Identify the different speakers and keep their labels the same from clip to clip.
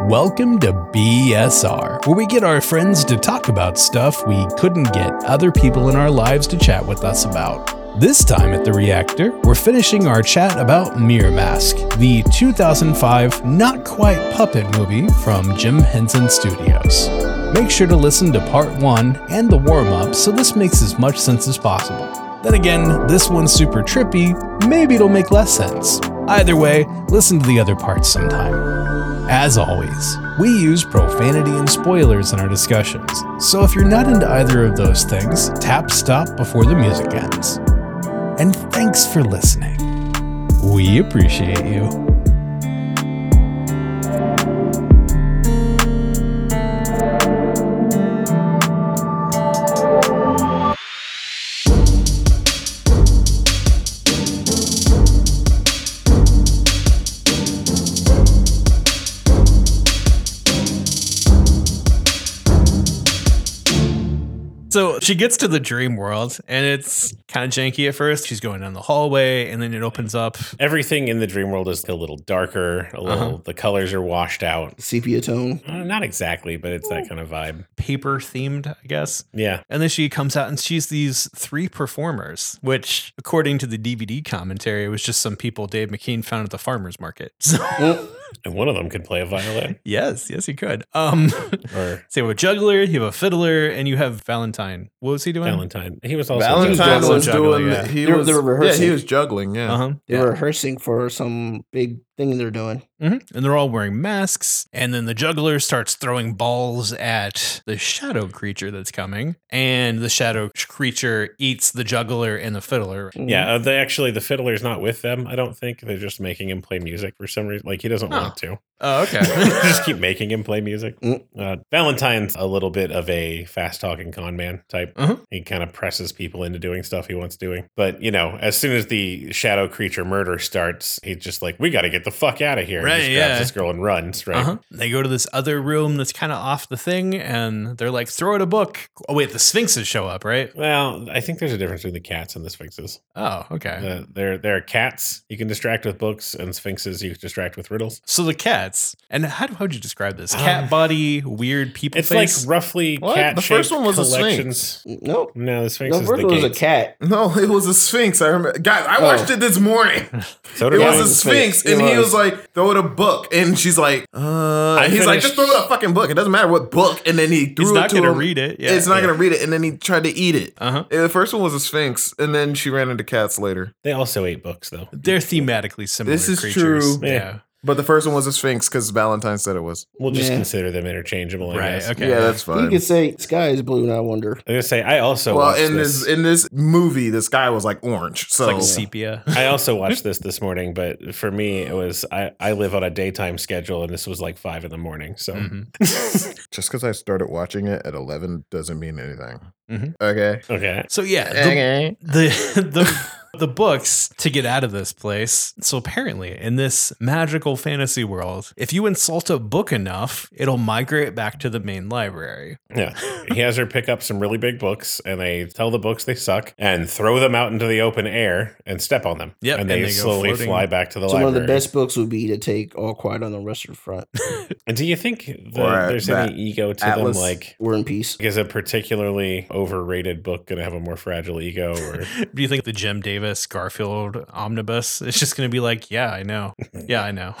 Speaker 1: Welcome to BSR, where we get our friends to talk about stuff we couldn't get other people in our lives to chat with us about. This time at the reactor, we're finishing our chat about Mirror Mask, the 2005 not quite puppet movie from Jim Henson Studios. Make sure to listen to part 1 and the warm up so this makes as much sense as possible. Then again, this one's super trippy, maybe it'll make less sense. Either way, listen to the other parts sometime. As always, we use profanity and spoilers in our discussions, so if you're not into either of those things, tap stop before the music ends. And thanks for listening. We appreciate you.
Speaker 2: So she gets to the dream world and it's kind of janky at first. She's going down the hallway and then it opens up.
Speaker 3: Everything in the dream world is a little darker, a little
Speaker 2: Uh-huh.
Speaker 3: the colors are washed out.
Speaker 4: Sepia tone.
Speaker 3: Uh, not exactly, but it's that kind of vibe.
Speaker 2: Paper themed, I guess.
Speaker 3: Yeah.
Speaker 2: And then she comes out and she's these three performers, which, according to the DVD commentary, was just some people Dave McKean found at the farmer's market. So,
Speaker 3: And one of them could play a violin
Speaker 2: yes, yes, he could. Um,
Speaker 3: or
Speaker 2: so you have a juggler, you have a fiddler, and you have Valentine. What was he doing?
Speaker 3: Valentine. He was also
Speaker 5: Valentine
Speaker 4: juggling.
Speaker 5: was
Speaker 2: Juggling,
Speaker 5: doing.
Speaker 2: yeah.
Speaker 5: He
Speaker 4: They were-
Speaker 5: was.
Speaker 4: they were rehearsing.
Speaker 5: Yeah, he was juggling. Yeah.
Speaker 2: Uh-huh.
Speaker 4: They were rehearsing for some big thing they're doing.
Speaker 2: hmm
Speaker 5: Mm-hmm.
Speaker 2: And they're all wearing masks. And then the juggler starts throwing balls at the shadow creature that's coming. And the shadow creature eats the juggler and the fiddler.
Speaker 3: Yeah, uh, they actually the fiddler's not with them. I don't think they're just making him play music for some reason. Like he doesn't
Speaker 2: Oh.
Speaker 3: want to.
Speaker 2: Oh,
Speaker 3: just keep making him play music.
Speaker 4: Mm.
Speaker 3: Uh, Valentine's a little bit of a fast talking con man type.
Speaker 2: Uh-huh.
Speaker 3: He kind of presses people into doing stuff he wants doing. But you know, as soon as the shadow creature murder starts, he's just like, "We got to get the fuck out of here!"
Speaker 2: Right,
Speaker 3: he just
Speaker 2: yeah.
Speaker 3: grabs this girl and runs. Right.
Speaker 2: Uh-huh. They go to this other room that's kind of off the thing, and they're like, "Throw out a book." Oh wait, the Sphinxes show up, right?
Speaker 3: Well, I think there's a difference between the cats and the sphinxes.
Speaker 2: Oh, okay.
Speaker 3: Uh, there, there are cats you can distract with books, and sphinxes you can distract with riddles.
Speaker 2: So the cats, and how how would you describe
Speaker 5: Uh,
Speaker 2: this?
Speaker 3: Um,
Speaker 2: Cat body, weird people
Speaker 3: It's
Speaker 2: face.
Speaker 3: like roughly
Speaker 5: What?
Speaker 3: cat.
Speaker 5: The first one was a
Speaker 3: collections.
Speaker 4: Nope.
Speaker 3: No, the sphinx
Speaker 4: No,
Speaker 3: is
Speaker 4: first
Speaker 3: the
Speaker 4: one was a
Speaker 3: gates.
Speaker 4: cat.
Speaker 5: No, it was a sphinx. I remember. Guys, I
Speaker 4: Oh.
Speaker 5: watched it this morning.
Speaker 3: So
Speaker 5: It
Speaker 3: did
Speaker 5: was
Speaker 3: I.
Speaker 5: a sphinx,
Speaker 4: It
Speaker 5: and he
Speaker 4: was.
Speaker 5: was like, "Throw it a book," and she's like, "Uh."
Speaker 3: I
Speaker 5: he's like,
Speaker 3: finished-
Speaker 5: "Just throw it a fucking book. It doesn't matter what book." And then he threw
Speaker 2: He's
Speaker 5: it
Speaker 2: not
Speaker 5: to
Speaker 2: gonna
Speaker 5: him.
Speaker 2: read it. Yeah.
Speaker 5: it's not
Speaker 3: yeah.
Speaker 5: gonna read it, and then he tried to eat it.
Speaker 2: Uh huh.
Speaker 5: And the first one was a sphinx, and then she ran into cats later.
Speaker 3: They also ate books, though.
Speaker 2: They're thematically similar.
Speaker 5: This is
Speaker 2: creatures.
Speaker 5: true.
Speaker 3: Yeah.
Speaker 2: Yeah.
Speaker 5: But the first one was a sphinx because Valentine said it was.
Speaker 3: We'll just
Speaker 4: Yeah.
Speaker 3: consider them interchangeable. I
Speaker 2: Right.
Speaker 3: guess.
Speaker 2: Okay.
Speaker 5: Yeah, that's
Speaker 4: You
Speaker 5: fine.
Speaker 4: could say sky is blue and I wonder.
Speaker 3: I'm gonna say I also
Speaker 5: well,
Speaker 3: watched
Speaker 5: in this.
Speaker 3: this.
Speaker 5: in this movie, the sky was like orange. So
Speaker 2: It's like sepia.
Speaker 3: I also watched this this morning, but for me, it was I, I live on a daytime schedule, and this was like five in the morning. So
Speaker 2: Mhm.
Speaker 5: just because I started watching it at eleven doesn't mean anything.
Speaker 2: Mhm.
Speaker 5: Okay.
Speaker 3: okay,
Speaker 2: So yeah, the,
Speaker 5: Okay.
Speaker 2: the the the books to get out of this place. So apparently, in this magical fantasy world, if you insult a book enough, it'll migrate back to the main library.
Speaker 3: yeah, he has her pick up some really big books, and they tell the books they suck, and throw them out into the open air and step on them.
Speaker 2: Yep,
Speaker 3: and they,
Speaker 2: and they go
Speaker 3: slowly
Speaker 2: floating.
Speaker 3: fly back to the
Speaker 4: So
Speaker 3: library.
Speaker 4: one of the best books would be to take All Quiet on the Western Front.
Speaker 3: And do you think that
Speaker 5: Or, uh,
Speaker 3: there's
Speaker 5: that
Speaker 3: any ego to
Speaker 5: Atlas-
Speaker 3: them? Like,
Speaker 4: We're in peace.
Speaker 3: is a particularly overrated book going to have a more fragile ego? Or
Speaker 2: Do you think the Jim Davis Garfield omnibus is just going to be like, yeah, I know, yeah, I know?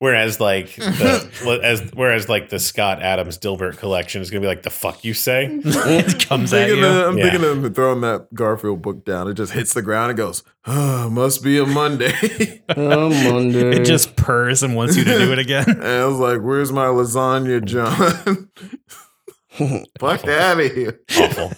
Speaker 3: Whereas like the as whereas like the Scott Adams Dilbert collection is gonna be like the fuck you say.
Speaker 2: it comes at
Speaker 5: Thinking
Speaker 2: you.
Speaker 5: of- I'm
Speaker 3: Yeah.
Speaker 5: thinking of throwing that Garfield book down. It just hits the ground and goes, oh, must be a Monday.
Speaker 4: Oh, wonder.
Speaker 2: it just purrs and wants you to do it again.
Speaker 5: and I was like, where's my lasagna, John? Fuck out of here.
Speaker 3: Awful.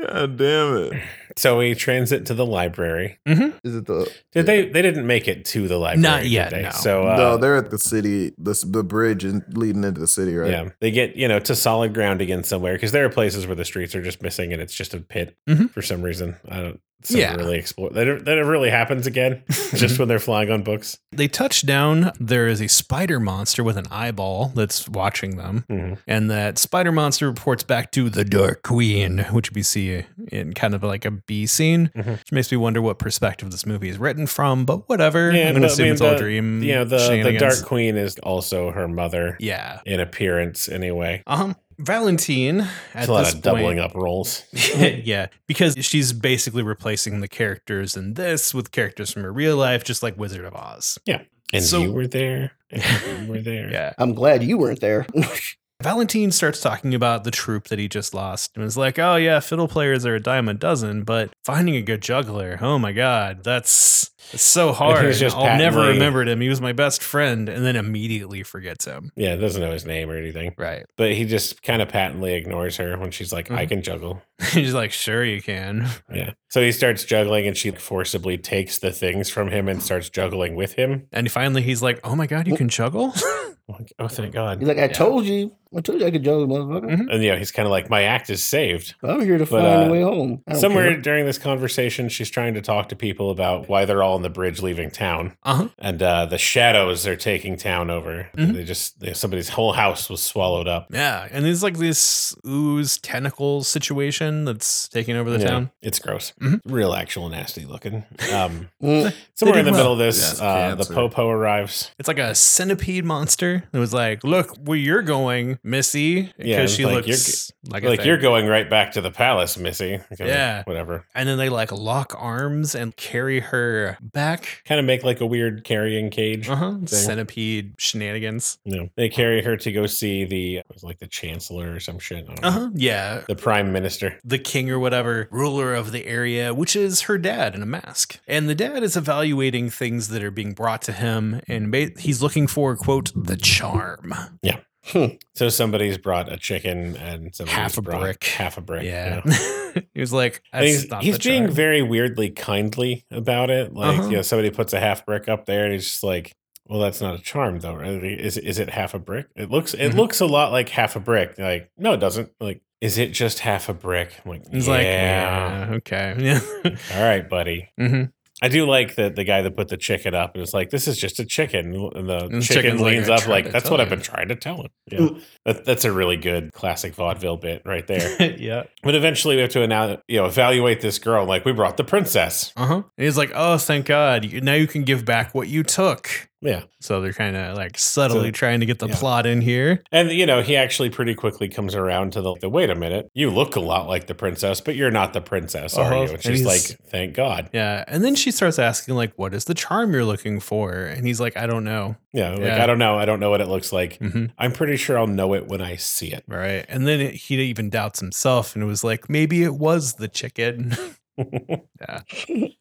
Speaker 5: God damn it.
Speaker 3: So we transit to the library.
Speaker 5: Is it the.
Speaker 3: Did they? They didn't make it to the library.
Speaker 2: Not
Speaker 3: did
Speaker 2: yet,
Speaker 3: they?
Speaker 2: no.
Speaker 3: So uh,
Speaker 5: no, they're at the city, the, the bridge in, leading into the city, right?
Speaker 3: yeah, they get you know to solid ground again somewhere because there are places where the streets are just missing and it's just a pit
Speaker 2: Mhm.
Speaker 3: for some reason. I don't. So
Speaker 2: Yeah.
Speaker 3: yeah. really explore that. It, that it really happens again, just when they're flying on books.
Speaker 2: They touch down. There is a spider monster with an eyeball that's watching them.
Speaker 3: Mhm.
Speaker 2: And that spider monster reports back to the Dark Queen, which we see in kind of like a B scene,
Speaker 3: Mhm.
Speaker 2: which makes me wonder what perspective this movie is written from, but whatever.
Speaker 3: Yeah,
Speaker 2: I'm going to
Speaker 3: but, I
Speaker 2: assume
Speaker 3: mean,
Speaker 2: it's all
Speaker 3: the-
Speaker 2: dream.
Speaker 3: Yeah, the, the
Speaker 2: shenanigans.
Speaker 3: Dark Queen is also her mother
Speaker 2: Yeah.
Speaker 3: in appearance, anyway.
Speaker 2: Um, Valentine at
Speaker 3: It's a lot
Speaker 2: this
Speaker 3: of
Speaker 2: point,
Speaker 3: doubling up roles.
Speaker 2: yeah, because she's basically replacing the characters in this with characters from her real life, just like Wizard of Oz.
Speaker 3: And
Speaker 2: So-
Speaker 3: you were there. And you were there.
Speaker 2: Yeah.
Speaker 4: I'm glad you weren't there.
Speaker 2: Valentine starts talking about the troupe that he just lost and is like, oh, yeah, fiddle players are a dime a dozen, but finding a good juggler, oh my God, that's, that's so hard.
Speaker 3: was just
Speaker 2: I'll never
Speaker 3: patently-
Speaker 2: remembered him. He was my best friend, and then immediately forgets him.
Speaker 3: Yeah, doesn't know his name or anything.
Speaker 2: Right.
Speaker 3: But he just kind of patently ignores her when she's like, I
Speaker 2: Mhm.
Speaker 3: can juggle.
Speaker 2: He's like, sure, you can.
Speaker 3: Yeah. So he starts juggling and she forcibly takes the things from him and starts juggling with him.
Speaker 2: And finally, he's like, oh my God, you can juggle?
Speaker 3: Like, Oh, thank God.
Speaker 4: He's like, I told you. I told you I could juggle,
Speaker 2: Mhm.
Speaker 4: motherfucker.
Speaker 3: And, you know, he's kind of like, my act is saved.
Speaker 4: I'm here to
Speaker 3: But,
Speaker 4: find a
Speaker 3: uh,
Speaker 4: way home. I don't
Speaker 3: Somewhere
Speaker 4: care.
Speaker 3: during this conversation, she's trying to talk to people about why they're all on the bridge leaving town.
Speaker 2: Uh huh.
Speaker 3: And uh, the shadows are taking town over.
Speaker 2: Mhm.
Speaker 3: They just, they, somebody's whole house was swallowed up.
Speaker 2: Yeah. And there's like this ooze tentacle situation that's taking over the
Speaker 3: Yeah,
Speaker 2: town.
Speaker 3: It's gross.
Speaker 2: Mhm.
Speaker 3: Real, actual, nasty looking. Um,
Speaker 4: Mm,
Speaker 3: somewhere in
Speaker 2: did
Speaker 3: the
Speaker 2: well.
Speaker 3: middle of this,
Speaker 5: Yeah,
Speaker 3: uh, the
Speaker 5: cancer.
Speaker 3: Popo arrives.
Speaker 2: It's like a centipede monster. It was like, look where you're going, Missy, because
Speaker 3: Yeah, it's
Speaker 2: she
Speaker 3: like,
Speaker 2: looks like, a
Speaker 3: Like
Speaker 2: thing.
Speaker 3: you're going right back to the palace, Missy. Okay,
Speaker 2: Yeah.
Speaker 3: whatever.
Speaker 2: And then they like lock arms and carry her back.
Speaker 3: Kind of make like a weird carrying cage.
Speaker 2: Uh huh. Centipede shenanigans.
Speaker 3: No, they carry her to go see the it was like the chancellor or some shit. I don't know.
Speaker 2: Uh huh. Yeah.
Speaker 3: The prime minister.
Speaker 2: The king or whatever, ruler of the area, which is her dad in a mask. And the dad is evaluating things that are being brought to him, and ba- he's looking for, quote, the charm.
Speaker 3: So somebody's brought a chicken and somebody's
Speaker 2: Half a
Speaker 3: brought
Speaker 2: brick.
Speaker 3: half a brick.
Speaker 2: Yeah.
Speaker 3: you know.
Speaker 2: he was like,
Speaker 3: And
Speaker 2: That's
Speaker 3: he's
Speaker 2: not
Speaker 3: he's
Speaker 2: the
Speaker 3: being
Speaker 2: charm.
Speaker 3: very weirdly kindly about it. Like,
Speaker 2: Uh-huh.
Speaker 3: you know, somebody puts a half brick up there, and he's just like, "Well, that's not a charm, though. right? Is is it half a brick? It looks it
Speaker 2: Mhm.
Speaker 3: looks a lot like half a brick. Like, no, it doesn't. Like, is it just half a brick? I'm like,
Speaker 2: He's
Speaker 3: yeah.
Speaker 2: like, yeah, okay. Yeah.
Speaker 3: All right, buddy.
Speaker 2: hmm
Speaker 3: I do like that the guy that put the chicken up. It was like, this is just a chicken. And the
Speaker 2: And the
Speaker 3: chicken
Speaker 2: chicken's like,
Speaker 3: leans
Speaker 2: "I
Speaker 3: up,
Speaker 2: tried
Speaker 3: like,
Speaker 2: to
Speaker 3: that's
Speaker 2: tell
Speaker 3: what I've
Speaker 2: you."
Speaker 3: been trying to tell him. Yeah. That, that's a really good classic vaudeville bit right there.
Speaker 2: yeah.
Speaker 3: but eventually, we have to announce, you know, evaluate this girl. Like, we brought the princess.
Speaker 2: Uh huh. And he's like, oh, thank God. You- Now you can give back what you took.
Speaker 3: Yeah.
Speaker 2: So they're kind of like subtly
Speaker 3: So-
Speaker 2: trying to get the
Speaker 3: yeah.
Speaker 2: plot in here.
Speaker 3: And, you know, he actually pretty quickly comes around to the, the wait a minute, you look a lot like the princess, but you're not the princess,
Speaker 2: Uh-huh.
Speaker 3: are you? And
Speaker 2: And
Speaker 3: she's
Speaker 2: he's-
Speaker 3: like, thank God.
Speaker 2: Yeah. And then she starts asking, like, what is the charm you're looking for? And he's like, I don't know.
Speaker 3: Yeah. Like,
Speaker 2: Yeah.
Speaker 3: I don't know. I don't know what it looks like.
Speaker 1: Mm.
Speaker 2: hmm
Speaker 3: I'm pretty sure I'll know it when I see it.
Speaker 2: Right. And then it, he even doubts himself and was like, maybe it was the chicken.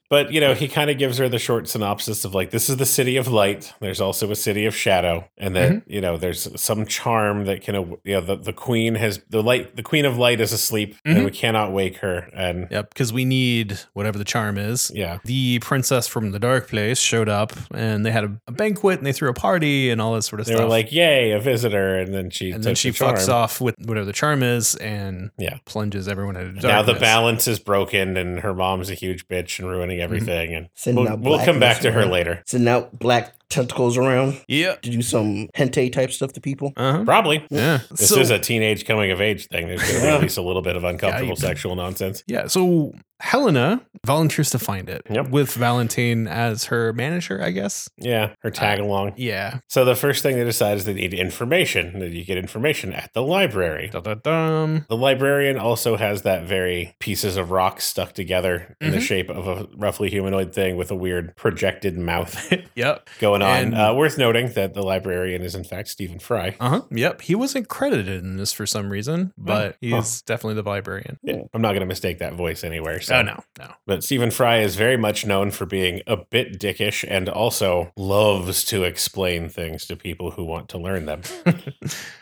Speaker 3: But you know, he kind of gives her the short synopsis of like this is the city of light. There's also a city of shadow, and that you know there's some charm that can aw- you know the, the queen has the light. The queen of light is asleep,
Speaker 2: Mhm.
Speaker 3: and we cannot wake her. And
Speaker 2: yep. Because we need whatever the charm is.
Speaker 3: yeah,
Speaker 2: The princess from the dark place showed up and they had a, a banquet and they threw a party and all that sort of
Speaker 3: they
Speaker 2: stuff.
Speaker 3: were like, "Yay, a visitor!" And then she
Speaker 2: and then
Speaker 3: took
Speaker 2: she
Speaker 3: the charm.
Speaker 2: fucks off with whatever the charm is and
Speaker 3: Yeah.
Speaker 2: plunges everyone into darkness.
Speaker 3: Now the balance is broken, and her mom's a huge bitch and ruining
Speaker 2: Mm-hmm.
Speaker 3: everything. And
Speaker 4: Sending
Speaker 3: we'll,
Speaker 4: out
Speaker 3: we'll come back
Speaker 4: blackness
Speaker 3: to her
Speaker 4: around.
Speaker 3: later,
Speaker 4: Sending out black tentacles around
Speaker 2: Yeah.
Speaker 4: to do some hentai type stuff to people.
Speaker 2: Uh-huh.
Speaker 3: probably.
Speaker 2: Yeah.
Speaker 3: This
Speaker 2: so,
Speaker 3: is a teenage coming of age thing. There's going to be at least a little bit of uncomfortable
Speaker 2: Yikes.
Speaker 3: sexual nonsense.
Speaker 2: yeah. So Helena volunteers to find it
Speaker 3: Yep.
Speaker 2: with Valentine as her manager, I guess.
Speaker 3: Yeah,
Speaker 2: Ah.
Speaker 3: her tag along.
Speaker 2: Yeah.
Speaker 3: So the first thing they decide is they need information. That you get information at the library.
Speaker 2: Da, da, dum.
Speaker 3: The librarian also has that very pieces of rock stuck together in the
Speaker 2: Mhm.
Speaker 3: shape of a roughly humanoid thing with a weird projected mouth
Speaker 2: Yep.
Speaker 3: going on.
Speaker 2: And-
Speaker 3: uh, worth noting that the librarian is in fact Stephen Fry.
Speaker 2: Uh huh. Yep. He wasn't credited in this for some
Speaker 3: Oh,
Speaker 2: reason, but he's definitely the librarian.
Speaker 3: Yeah, I'm not going to mistake that voice anywhere. So.
Speaker 2: Oh, no. No.
Speaker 3: But Stephen Fry is very much known for being a bit dickish and also loves to explain things to people who want to learn them.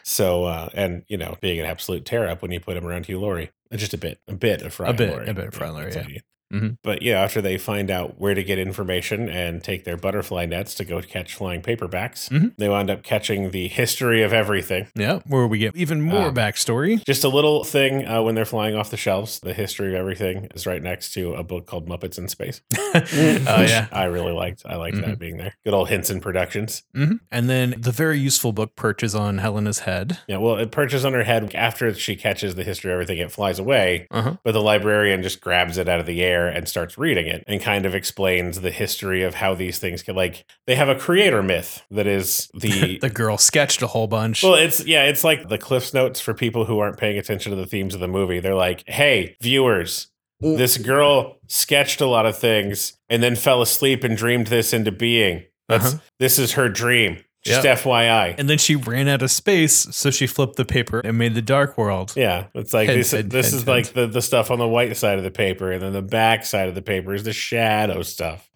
Speaker 3: So, uh, and you know, being an absolute tear up when you put him around Hugh Laurie, Uh, just a bit, a bit of Fry,
Speaker 2: A
Speaker 3: and
Speaker 2: bit-
Speaker 3: Laurie.
Speaker 2: a bit of Fry and Laurie,
Speaker 3: that's
Speaker 2: yeah.
Speaker 3: what you-
Speaker 2: Mhm.
Speaker 3: But yeah, after they find out where to get information and take their butterfly nets to go catch flying paperbacks,
Speaker 2: Mhm.
Speaker 3: they wound up catching the history of everything.
Speaker 2: Yeah, where we get even more
Speaker 3: Ah.
Speaker 2: backstory.
Speaker 3: Just a little thing uh, when they're flying off the shelves. The history of everything is right next to a book called Muppets in Space.
Speaker 4: Mm.
Speaker 2: Oh yeah. Mm-hmm.
Speaker 3: I really liked. I liked that being there. Good old Henson Productions.
Speaker 2: hmm And then the very useful book perches on Helena's head.
Speaker 3: Yeah, well, it perches on her head after she catches the history of everything. It flies away,
Speaker 2: Uh-huh.
Speaker 3: but the librarian just grabs it out of the air and starts reading it and kind of explains the history of how these things could like they have a creator myth that is the.
Speaker 2: The girl sketched a whole bunch.
Speaker 3: well, it's yeah, it's like the Cliff's Notes for people who aren't paying attention to the themes of the movie. They're like, "Hey, viewers, this girl sketched a lot of things and then fell asleep and dreamed this into being. That's this is her dream. Just FYI.
Speaker 2: Uh-huh. and then she ran out of space, so she flipped the paper and made the dark world.
Speaker 3: Yeah, it's like
Speaker 2: Hint,
Speaker 3: this.
Speaker 2: hint,
Speaker 3: this
Speaker 2: hint,
Speaker 3: is
Speaker 2: hint.
Speaker 3: like the, the stuff on the white side of the paper, and then the back side of the paper is the shadow stuff.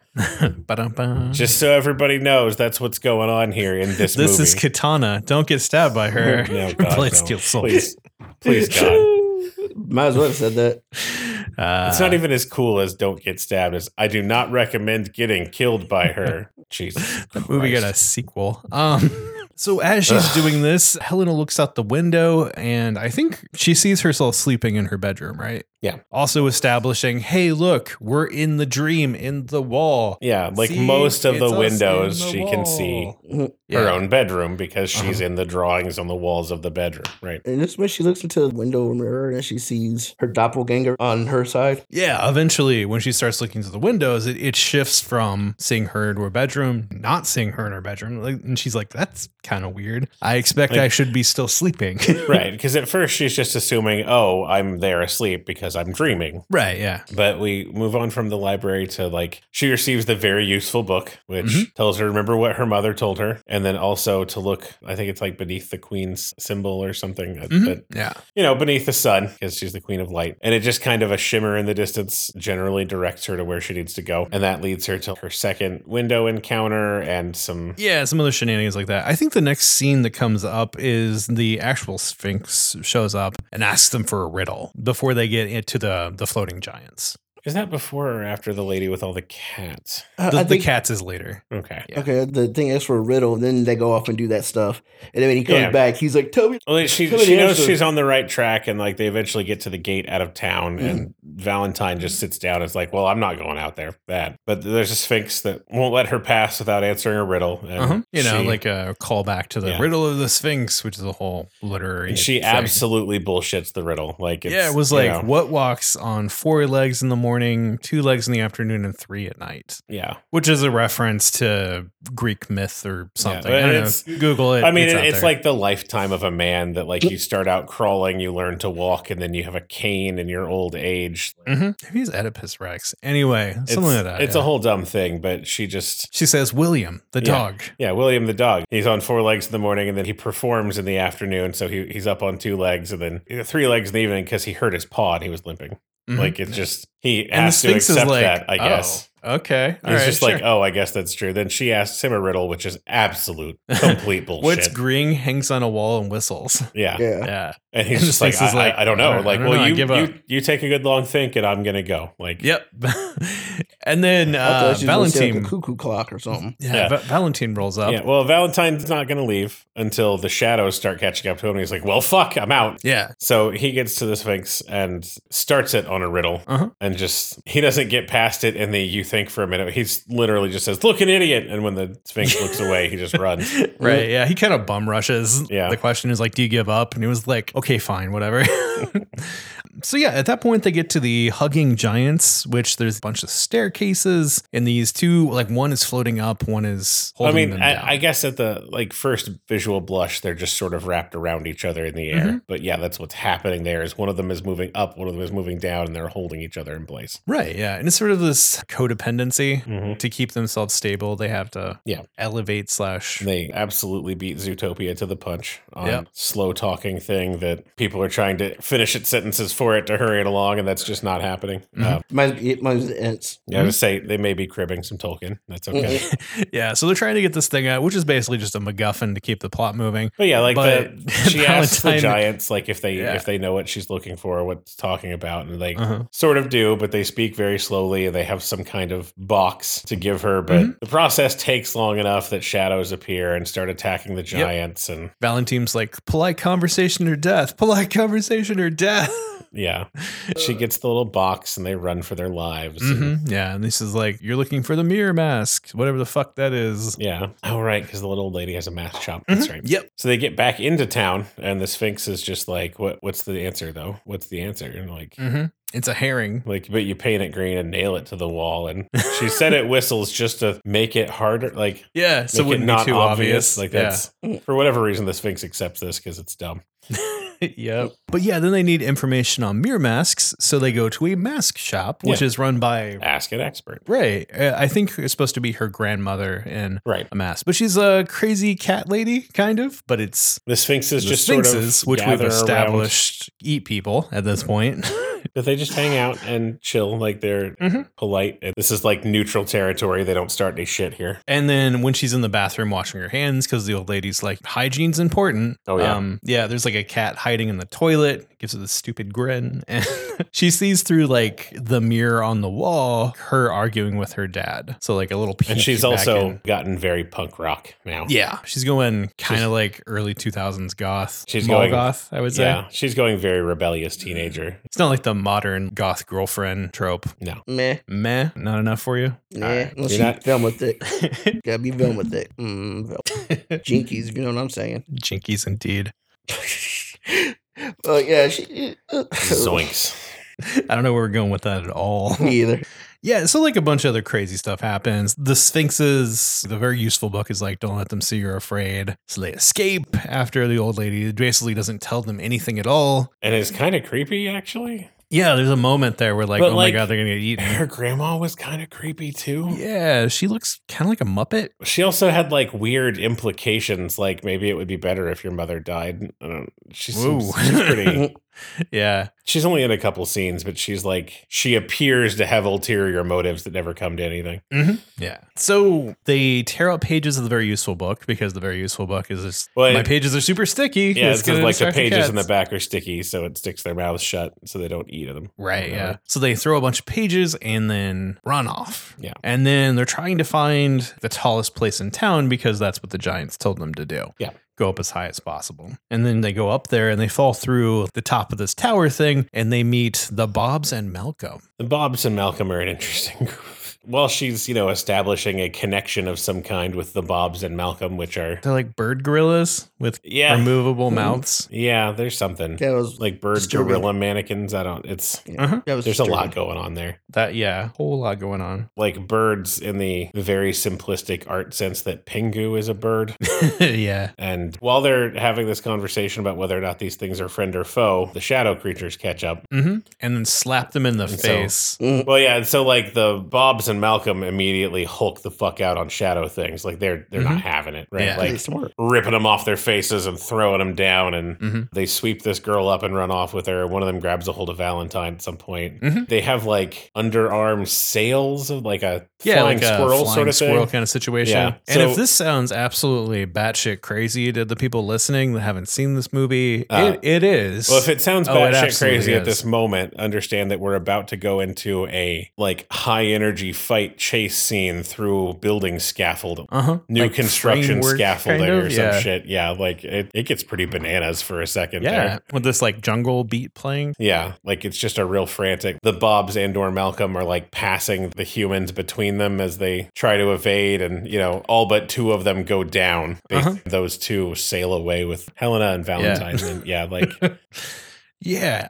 Speaker 2: Ba-dum-bum.
Speaker 3: Just so everybody knows, that's what's going on here in this.
Speaker 2: This
Speaker 3: movie.
Speaker 2: is Katana. Don't get stabbed by her.
Speaker 3: No, God,
Speaker 2: Blade
Speaker 3: no.
Speaker 2: Steel Soul.
Speaker 3: Please, please, God.
Speaker 4: Might as well have said that.
Speaker 2: Uh,
Speaker 3: It's not even as cool as "Don't Get Stabbed." As I do not recommend getting killed by her. Jesus,
Speaker 2: that movie got a sequel. Um, so as she's doing this, Helena looks out the window and I think she sees herself sleeping in her bedroom, right?
Speaker 3: Yeah.
Speaker 2: Also establishing, hey, look, we're in the dream, in the wall.
Speaker 3: yeah, like
Speaker 2: See,
Speaker 3: most of
Speaker 2: it's
Speaker 3: the
Speaker 2: us
Speaker 3: windows,
Speaker 2: in the
Speaker 3: she can see
Speaker 2: wall.
Speaker 3: her
Speaker 2: Yeah. Uh-huh.
Speaker 3: own bedroom because she's in the drawings on the walls of the bedroom. Right.
Speaker 4: And this when she looks into the window mirror and she sees her doppelganger on her side.
Speaker 2: Yeah, eventually when she starts looking to the windows, it, it shifts from seeing her into her bedroom, not seeing her in her bedroom. Like, and she's like, that's kind of weird. I expect
Speaker 3: Like-
Speaker 2: I should be still sleeping.
Speaker 3: right because at first she's just assuming oh i'm there asleep because i'm dreaming
Speaker 2: right, yeah.
Speaker 3: but we move on from the library to like she receives the very useful book which
Speaker 2: Mhm.
Speaker 3: tells her to remember what her mother told her and then also to look i think it's like beneath the queen's symbol or something uh,
Speaker 2: Mhm.
Speaker 3: but
Speaker 2: Yeah.
Speaker 3: you know beneath the sun because she's the queen of light and it just kind of a shimmer in the distance generally directs her to where she needs to go and that leads her to her second window encounter and some
Speaker 2: Yeah, some other shenanigans like that. I think the next scene that comes up is the actual Sphinx shows up and asks them for a riddle before they get into the the floating giants.
Speaker 3: is that before or after the lady with all the cats
Speaker 4: I-
Speaker 2: Uh, The,
Speaker 4: I
Speaker 2: the
Speaker 4: think-
Speaker 2: cats is later.
Speaker 3: okay
Speaker 2: yeah.
Speaker 4: Okay, the thing is for a riddle. Then they go off and do that stuff, and then when he comes
Speaker 3: Yeah.
Speaker 4: back, he's like, "Tell me."
Speaker 3: Well, she,
Speaker 4: Somebody
Speaker 3: she knows
Speaker 4: answer.
Speaker 3: she's on the right track, and like they eventually get to the gate out of town,
Speaker 2: Mm-hmm.
Speaker 3: and Valentine just sits down. and is like, well, I'm not going out there. That, but there's a Sphinx that won't let her pass without answering a riddle. And
Speaker 2: Uh-huh. You know,
Speaker 3: she-
Speaker 2: like a callback to the
Speaker 3: Yeah.
Speaker 2: riddle of the Sphinx, which is a whole literary.
Speaker 3: and she
Speaker 2: thing.
Speaker 3: absolutely bullshits the riddle. Like,
Speaker 2: yeah, it was
Speaker 3: you
Speaker 2: like
Speaker 3: know,
Speaker 2: what walks on four legs in the morning, two legs in the afternoon, and three at night,
Speaker 3: yeah.
Speaker 2: which is a reference to Greek myth or something.
Speaker 3: but
Speaker 2: I don't
Speaker 3: it's-
Speaker 2: know. Google it.
Speaker 3: I mean,
Speaker 2: out
Speaker 3: it's,
Speaker 2: there.
Speaker 3: like the lifetime of a man that, like, you start out crawling, you learn to walk, and then you have a cane in your old age.
Speaker 2: Mhm. maybe it's Oedipus Rex. Anyway, something
Speaker 3: it's,
Speaker 2: like that.
Speaker 3: It's
Speaker 2: yeah.
Speaker 3: a whole dumb thing, but she just
Speaker 2: She says, William, the
Speaker 3: Yeah.
Speaker 2: dog.
Speaker 3: Yeah, William the dog. He's on four legs in the morning and then he performs in the afternoon. So he, he's up on two legs and then three legs in the evening because he hurt his paw and he was limping.
Speaker 2: Mhm.
Speaker 3: Like it's just, he
Speaker 2: and the
Speaker 3: has to
Speaker 2: Sphinx is
Speaker 3: accept
Speaker 2: like,
Speaker 3: that, I guess.
Speaker 2: Oh, okay. all
Speaker 3: He's
Speaker 2: right,
Speaker 3: just like,
Speaker 2: sure.
Speaker 3: oh, I guess that's true. Then she asks him a riddle, which is absolute, complete oh, bullshit.
Speaker 2: What's green hangs on a wall and whistles.
Speaker 3: yeah.
Speaker 4: Yeah,
Speaker 2: Yeah.
Speaker 3: And he's
Speaker 2: And the
Speaker 3: just like,
Speaker 2: Sphinx is
Speaker 3: I, I-
Speaker 2: like,
Speaker 3: I don't know.
Speaker 2: I don't-
Speaker 3: like,
Speaker 2: I don't
Speaker 3: well,
Speaker 2: know, I
Speaker 3: you,
Speaker 2: give up.
Speaker 3: you you take a good long think and I'm going to go. Like,
Speaker 2: Yep. and then
Speaker 4: I
Speaker 2: uh,
Speaker 4: thought she was gonna say, like,
Speaker 2: Valentine.
Speaker 4: a cuckoo clock or something.
Speaker 2: yeah,
Speaker 3: Yeah.
Speaker 2: Va- Valentine rolls up.
Speaker 3: Yeah,
Speaker 2: Yeah.
Speaker 3: well, Valentine's not going to leave until the shadows start catching up to him. And he's like, well, fuck, I'm out. So he gets to the Sphinx and starts it on a riddle
Speaker 2: Uh-huh.
Speaker 3: and just he doesn't get past it and the you think for a minute. He's literally just says, Look an idiot and when the Sphinx looks away, he just runs.
Speaker 2: Right. Yeah. He kind of bum rushes.
Speaker 3: Yeah.
Speaker 2: The question is like, do you give up? And he was like, okay, fine, whatever. so yeah, at that point they get to the hugging giants, which there's a bunch of staircases, and these two, like one is floating up, one is
Speaker 3: I
Speaker 2: holding
Speaker 3: mean,
Speaker 2: them down.
Speaker 3: I, I guess at the like first visual blush, they're just sort of wrapped around each other in the air.
Speaker 2: Mhm.
Speaker 3: But yeah, that's what's happening there is one of them is moving up, one of them is moving down, and they're holding each other in place.
Speaker 2: Right. Yeah. And it's sort of this codependency
Speaker 3: Mhm.
Speaker 2: to keep themselves stable. They have to
Speaker 3: Yeah.
Speaker 2: elevate slash.
Speaker 3: They absolutely beat Zootopia to the punch on
Speaker 2: Yep.
Speaker 3: slow talking thing that people are trying to finish its sentences for it to hurry it along, and that's just not happening.
Speaker 1: Mm-hmm.
Speaker 3: Uh,
Speaker 4: Might be, it might be the ants.
Speaker 3: yeah, I would say they may be cribbing some Tolkien. That's okay.
Speaker 1: Mm-hmm. yeah, so they're trying to get this thing out, which is basically just a MacGuffin to keep the plot moving.
Speaker 3: But yeah, like
Speaker 1: But
Speaker 3: the, she asks the
Speaker 1: Palatine-
Speaker 3: giants like if they
Speaker 1: Yeah.
Speaker 3: if they know what she's looking for, what's talking about, and they
Speaker 1: Uh-huh.
Speaker 3: sort of do, but they speak very slowly and they have some kind of box to give her. But
Speaker 1: Mm-hmm.
Speaker 3: the process takes long enough that shadows appear and start attacking the giants, and
Speaker 1: Valentine's like, polite conversation or death, polite conversation or death.
Speaker 3: yeah,
Speaker 1: Uh.
Speaker 3: she gets the little box and they run for their lives. And-
Speaker 1: Mhm. Yeah, and this is like, you're looking for the mirror mask, whatever the fuck that is.
Speaker 3: yeah. Oh, right. Because the little old lady has a mask shop. That's right.
Speaker 1: Mm-hmm. Yep.
Speaker 3: So they get back into town, and the Sphinx is just like, "What? What's the answer, though? What's the answer?" And like,
Speaker 1: hmm It's a herring.
Speaker 3: Like, but you paint it green and nail it to the wall. And she said it whistles just to make it harder, like
Speaker 1: Yeah, so it
Speaker 3: make
Speaker 1: wouldn't be too obvious.
Speaker 3: Like
Speaker 1: Yeah.
Speaker 3: that's for whatever reason, the Sphinx accepts this because it's dumb.
Speaker 1: yep. But yeah, then they need information on mirror masks, so they go to a mask shop, which
Speaker 3: Yeah.
Speaker 1: is run by
Speaker 3: Ask an expert.
Speaker 1: Ray. Uh, I think it's supposed to be her grandmother in
Speaker 3: Right.
Speaker 1: a mask, but she's a crazy cat lady, kind of. But it's
Speaker 3: The Sphinx is
Speaker 1: the
Speaker 3: just
Speaker 1: sphinxes,
Speaker 3: sort of
Speaker 1: which we've
Speaker 3: gather around.
Speaker 1: established eat people at this point.
Speaker 3: That they just hang out and chill, like they're
Speaker 1: Mhm.
Speaker 3: polite. And This is like neutral territory. They don't start any shit here.
Speaker 1: and then when she's in the bathroom washing her hands, because the old lady's like, hygiene's important.
Speaker 3: Oh, yeah.
Speaker 1: Um, yeah, there's like a cat hiding in the toilet, gives it this stupid grin. And she sees through like the mirror on the wall, her arguing with her dad. So, like a little peek
Speaker 3: And she's
Speaker 1: back
Speaker 3: also
Speaker 1: in.
Speaker 3: gotten very punk rock now.
Speaker 1: Yeah, she's going kind of like early 2000s goth.
Speaker 3: She's
Speaker 1: mall
Speaker 3: going-
Speaker 1: goth, I would say.
Speaker 3: Yeah, she's going very rebellious teenager.
Speaker 1: It's not like the modern goth girlfriend trope.
Speaker 3: No,
Speaker 4: Meh.
Speaker 1: Meh, not enough for you.
Speaker 4: Nah,
Speaker 3: right.
Speaker 4: unless
Speaker 3: You're
Speaker 4: you
Speaker 3: not-
Speaker 4: film with it. Gotta be film with it. Mm, Velma. Jinkies, if you know what I'm saying.
Speaker 1: Jinkies indeed.
Speaker 4: Oh yeah, she.
Speaker 3: zoinks.
Speaker 1: I don't know where we're going with that at all.
Speaker 4: Me either.
Speaker 1: yeah, so like a bunch of other crazy stuff happens. The Sphinxes, the very useful book is like, don't let them see you're afraid. So they escape after the old lady basically doesn't tell them anything at all.
Speaker 3: And it's kind of creepy, actually.
Speaker 1: Yeah, there's a moment there where like,
Speaker 3: But,
Speaker 1: oh
Speaker 3: like-
Speaker 1: my god, they're gonna get eaten.
Speaker 3: Her grandma was kind of creepy too.
Speaker 1: Yeah, she looks kind of like a Muppet.
Speaker 3: She also had like weird implications, like maybe it would be better if your mother died. I don't. She seems,
Speaker 1: Whoa.
Speaker 3: she's pretty.
Speaker 1: Yeah.
Speaker 3: she's only in a couple scenes, but she's like she appears to have ulterior motives that never come to anything.
Speaker 1: Mm-hmm. Yeah. So they tear up pages of the very useful book because the very useful book is just
Speaker 3: Well,
Speaker 1: my
Speaker 3: it-
Speaker 1: pages are super sticky.
Speaker 3: Yeah, it's 'cause,
Speaker 1: gonna
Speaker 3: like the
Speaker 1: distract
Speaker 3: pages in the
Speaker 1: cats.
Speaker 3: back are sticky, so it sticks their mouths shut, so they don't eat them.
Speaker 1: Right.
Speaker 3: Whatever.
Speaker 1: Yeah. So they throw a bunch of pages and then run off.
Speaker 3: Yeah.
Speaker 1: And then they're trying to find the tallest place in town because that's what the giants told them to do.
Speaker 3: Yeah.
Speaker 1: Go up as high as possible. And then they go up there and they fall through the top of this tower thing and they meet the Bobs and Malcolm.
Speaker 3: The Bobs and Malcolm are an interesting group. While she's you know establishing a connection of some kind with the Bobs and Malcolm, which are
Speaker 1: They're like bird gorillas with
Speaker 3: yeah,
Speaker 1: removable mouths.
Speaker 3: yeah, there's something
Speaker 4: That was
Speaker 3: like bird
Speaker 4: Disturbing.
Speaker 3: gorilla mannequins. I don't. It's
Speaker 1: Uh-huh.
Speaker 4: that was
Speaker 3: there's a lot
Speaker 4: disturbing.
Speaker 3: going on there.
Speaker 1: That, yeah, whole lot going on.
Speaker 3: Like birds in the very simplistic art sense that Pingu is a bird.
Speaker 1: yeah.
Speaker 3: and while they're having this conversation about whether or not these things are friend or foe, the shadow creatures catch up.
Speaker 1: hmm And then slap them in the
Speaker 3: And so-
Speaker 1: face.
Speaker 3: Well, yeah, and so like the Bobs and Malcolm immediately hulk the fuck out on shadow things. Like they're they're not having it, right?
Speaker 1: Mm-hmm. Yeah.
Speaker 4: Pretty
Speaker 3: Like
Speaker 4: smart.
Speaker 3: ripping them off their faces and throwing them down and
Speaker 1: Mhm.
Speaker 3: they sweep this girl up and run off with her one of them grabs a hold of valentine at some point
Speaker 1: Mhm.
Speaker 3: they have like underarm sails of like a
Speaker 1: yeah,
Speaker 3: flying
Speaker 1: like a
Speaker 3: squirrel
Speaker 1: flying
Speaker 3: sort of
Speaker 1: squirrel
Speaker 3: thing
Speaker 1: kind of situation.
Speaker 3: Yeah.
Speaker 1: And
Speaker 3: So-
Speaker 1: if this sounds absolutely batshit crazy to the people listening that haven't seen this movie,
Speaker 3: Uh,
Speaker 1: it, it is.
Speaker 3: well, if it sounds
Speaker 1: Oh, it
Speaker 3: batshit
Speaker 1: absolutely
Speaker 3: crazy at
Speaker 1: is.
Speaker 3: this moment, understand that we're about to go into a like high energy fight chase scene through building scaffold,
Speaker 1: uh-huh,
Speaker 3: new
Speaker 1: Like
Speaker 3: construction
Speaker 1: framework
Speaker 3: scaffolding
Speaker 1: kind of,
Speaker 3: or some
Speaker 1: yeah.
Speaker 3: shit. Yeah, like it, it gets pretty bananas for a second there.
Speaker 1: Yeah, with this like jungle beat playing.
Speaker 3: Yeah, like it's just a real frantic. The Bobs and or Malcolm are like passing the humans between them as they try to evade, and you know, all but two of them go down. They,
Speaker 1: Uh-huh.
Speaker 3: Those two sail away with Helena and Valentine. Yeah, and, yeah like
Speaker 1: Yeah.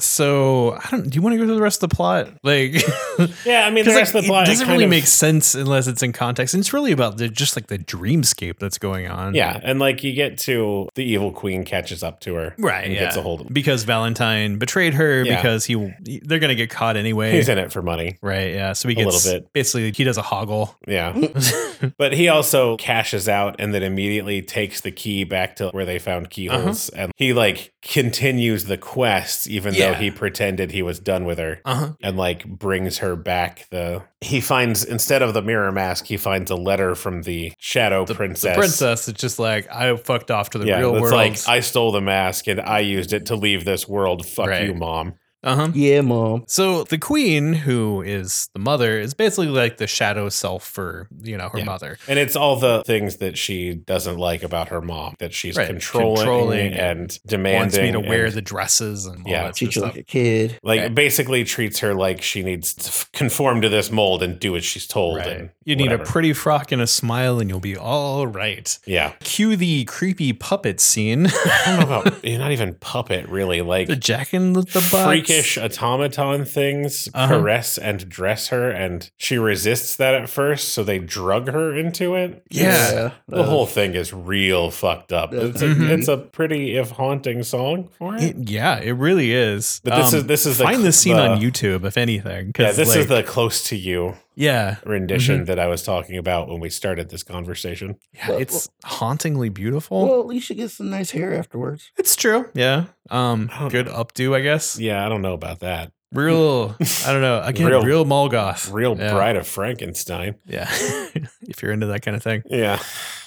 Speaker 2: So I don't. Do you want to go through the rest of the plot? Like,
Speaker 3: Yeah, I mean, the
Speaker 2: 'Cause, like,
Speaker 3: rest of the plot
Speaker 2: it doesn't
Speaker 3: kind
Speaker 2: really
Speaker 3: of-
Speaker 2: make sense unless it's in context. And it's really about the, just like the dreamscape that's going on.
Speaker 3: Yeah, and like you get to the evil queen catches up to her,
Speaker 2: Right.
Speaker 3: And
Speaker 2: yeah.
Speaker 3: gets a hold of. Him.
Speaker 2: because Valentine betrayed her.
Speaker 3: Yeah.
Speaker 2: Because he, they're gonna get caught anyway.
Speaker 3: He's in it for money.
Speaker 2: right. Yeah. So he
Speaker 3: A little
Speaker 2: gets
Speaker 3: bit.
Speaker 2: basically he does a hoggle.
Speaker 3: Yeah, but he also cashes out and then immediately takes the key back to where they found keyholes,
Speaker 2: Uh-huh.
Speaker 3: and he like continues the quest even
Speaker 2: Yeah.
Speaker 3: though he pretended he was done with her.
Speaker 2: uh huh.
Speaker 3: and like brings her back the he finds instead of the mirror mask he finds a letter from the shadow princess
Speaker 2: The princess is just like I fucked off to the
Speaker 3: yeah
Speaker 2: real
Speaker 3: it's
Speaker 2: world.
Speaker 3: like i stole the mask and i used it to leave this world fuck
Speaker 2: Right.
Speaker 3: you mom
Speaker 2: uh huh.
Speaker 4: Yeah, mom.
Speaker 2: So the queen, who is the mother, is basically like the shadow self for you know her
Speaker 3: Yeah.
Speaker 2: mother.
Speaker 3: and it's all the things that she doesn't like about her mom that she's
Speaker 2: Right.
Speaker 3: controlling,
Speaker 2: Controlling
Speaker 3: and demanding
Speaker 2: wants me to wear
Speaker 3: and,
Speaker 2: the dresses and all
Speaker 3: Yeah.
Speaker 2: that sort of
Speaker 4: Treat you
Speaker 2: stuff.
Speaker 4: like a kid.
Speaker 3: like
Speaker 2: Right.
Speaker 3: basically treats her like she needs to f- conform to this mold and do what she's told and
Speaker 2: Right. You need a
Speaker 3: whatever.
Speaker 2: pretty frock and a smile, and you'll be all right.
Speaker 3: yeah
Speaker 2: Cue the creepy puppet scene.
Speaker 3: I don't know about- you're not even puppet really like
Speaker 2: the Jack and the, the Box.
Speaker 3: freakish automaton things
Speaker 2: Uh-huh.
Speaker 3: caress and dress her, and she resists that at first, so they drug her into it.
Speaker 2: Yeah.
Speaker 3: The whole thing is real fucked up.
Speaker 4: Yeah.
Speaker 3: It's, a,
Speaker 2: Mhm.
Speaker 3: it's a pretty, if haunting, song for it.
Speaker 2: It- yeah, it really is.
Speaker 3: But this
Speaker 2: Um,
Speaker 3: is this is the,
Speaker 2: find this scene
Speaker 3: the-
Speaker 2: on YouTube if anything.
Speaker 3: Yeah,
Speaker 2: 'cause,
Speaker 3: this is
Speaker 2: like, Mm-hmm.
Speaker 3: the close to you
Speaker 2: yeah,
Speaker 3: rendition that I was talking about when we started this conversation.
Speaker 2: yeah. It's hauntingly
Speaker 1: Oh.
Speaker 2: beautiful.
Speaker 4: Well, at least she gets some nice hair afterwards.
Speaker 2: it's true. Yeah. Um.
Speaker 3: I don't-
Speaker 2: Good updo, I guess.
Speaker 3: Yeah, I don't know about that.
Speaker 2: Real. I don't know. Again, real,
Speaker 3: Real-
Speaker 2: Molgoth.
Speaker 3: Real
Speaker 2: yeah.
Speaker 3: Bride of Frankenstein.
Speaker 2: Yeah. if you're into that kind of thing.
Speaker 3: Yeah,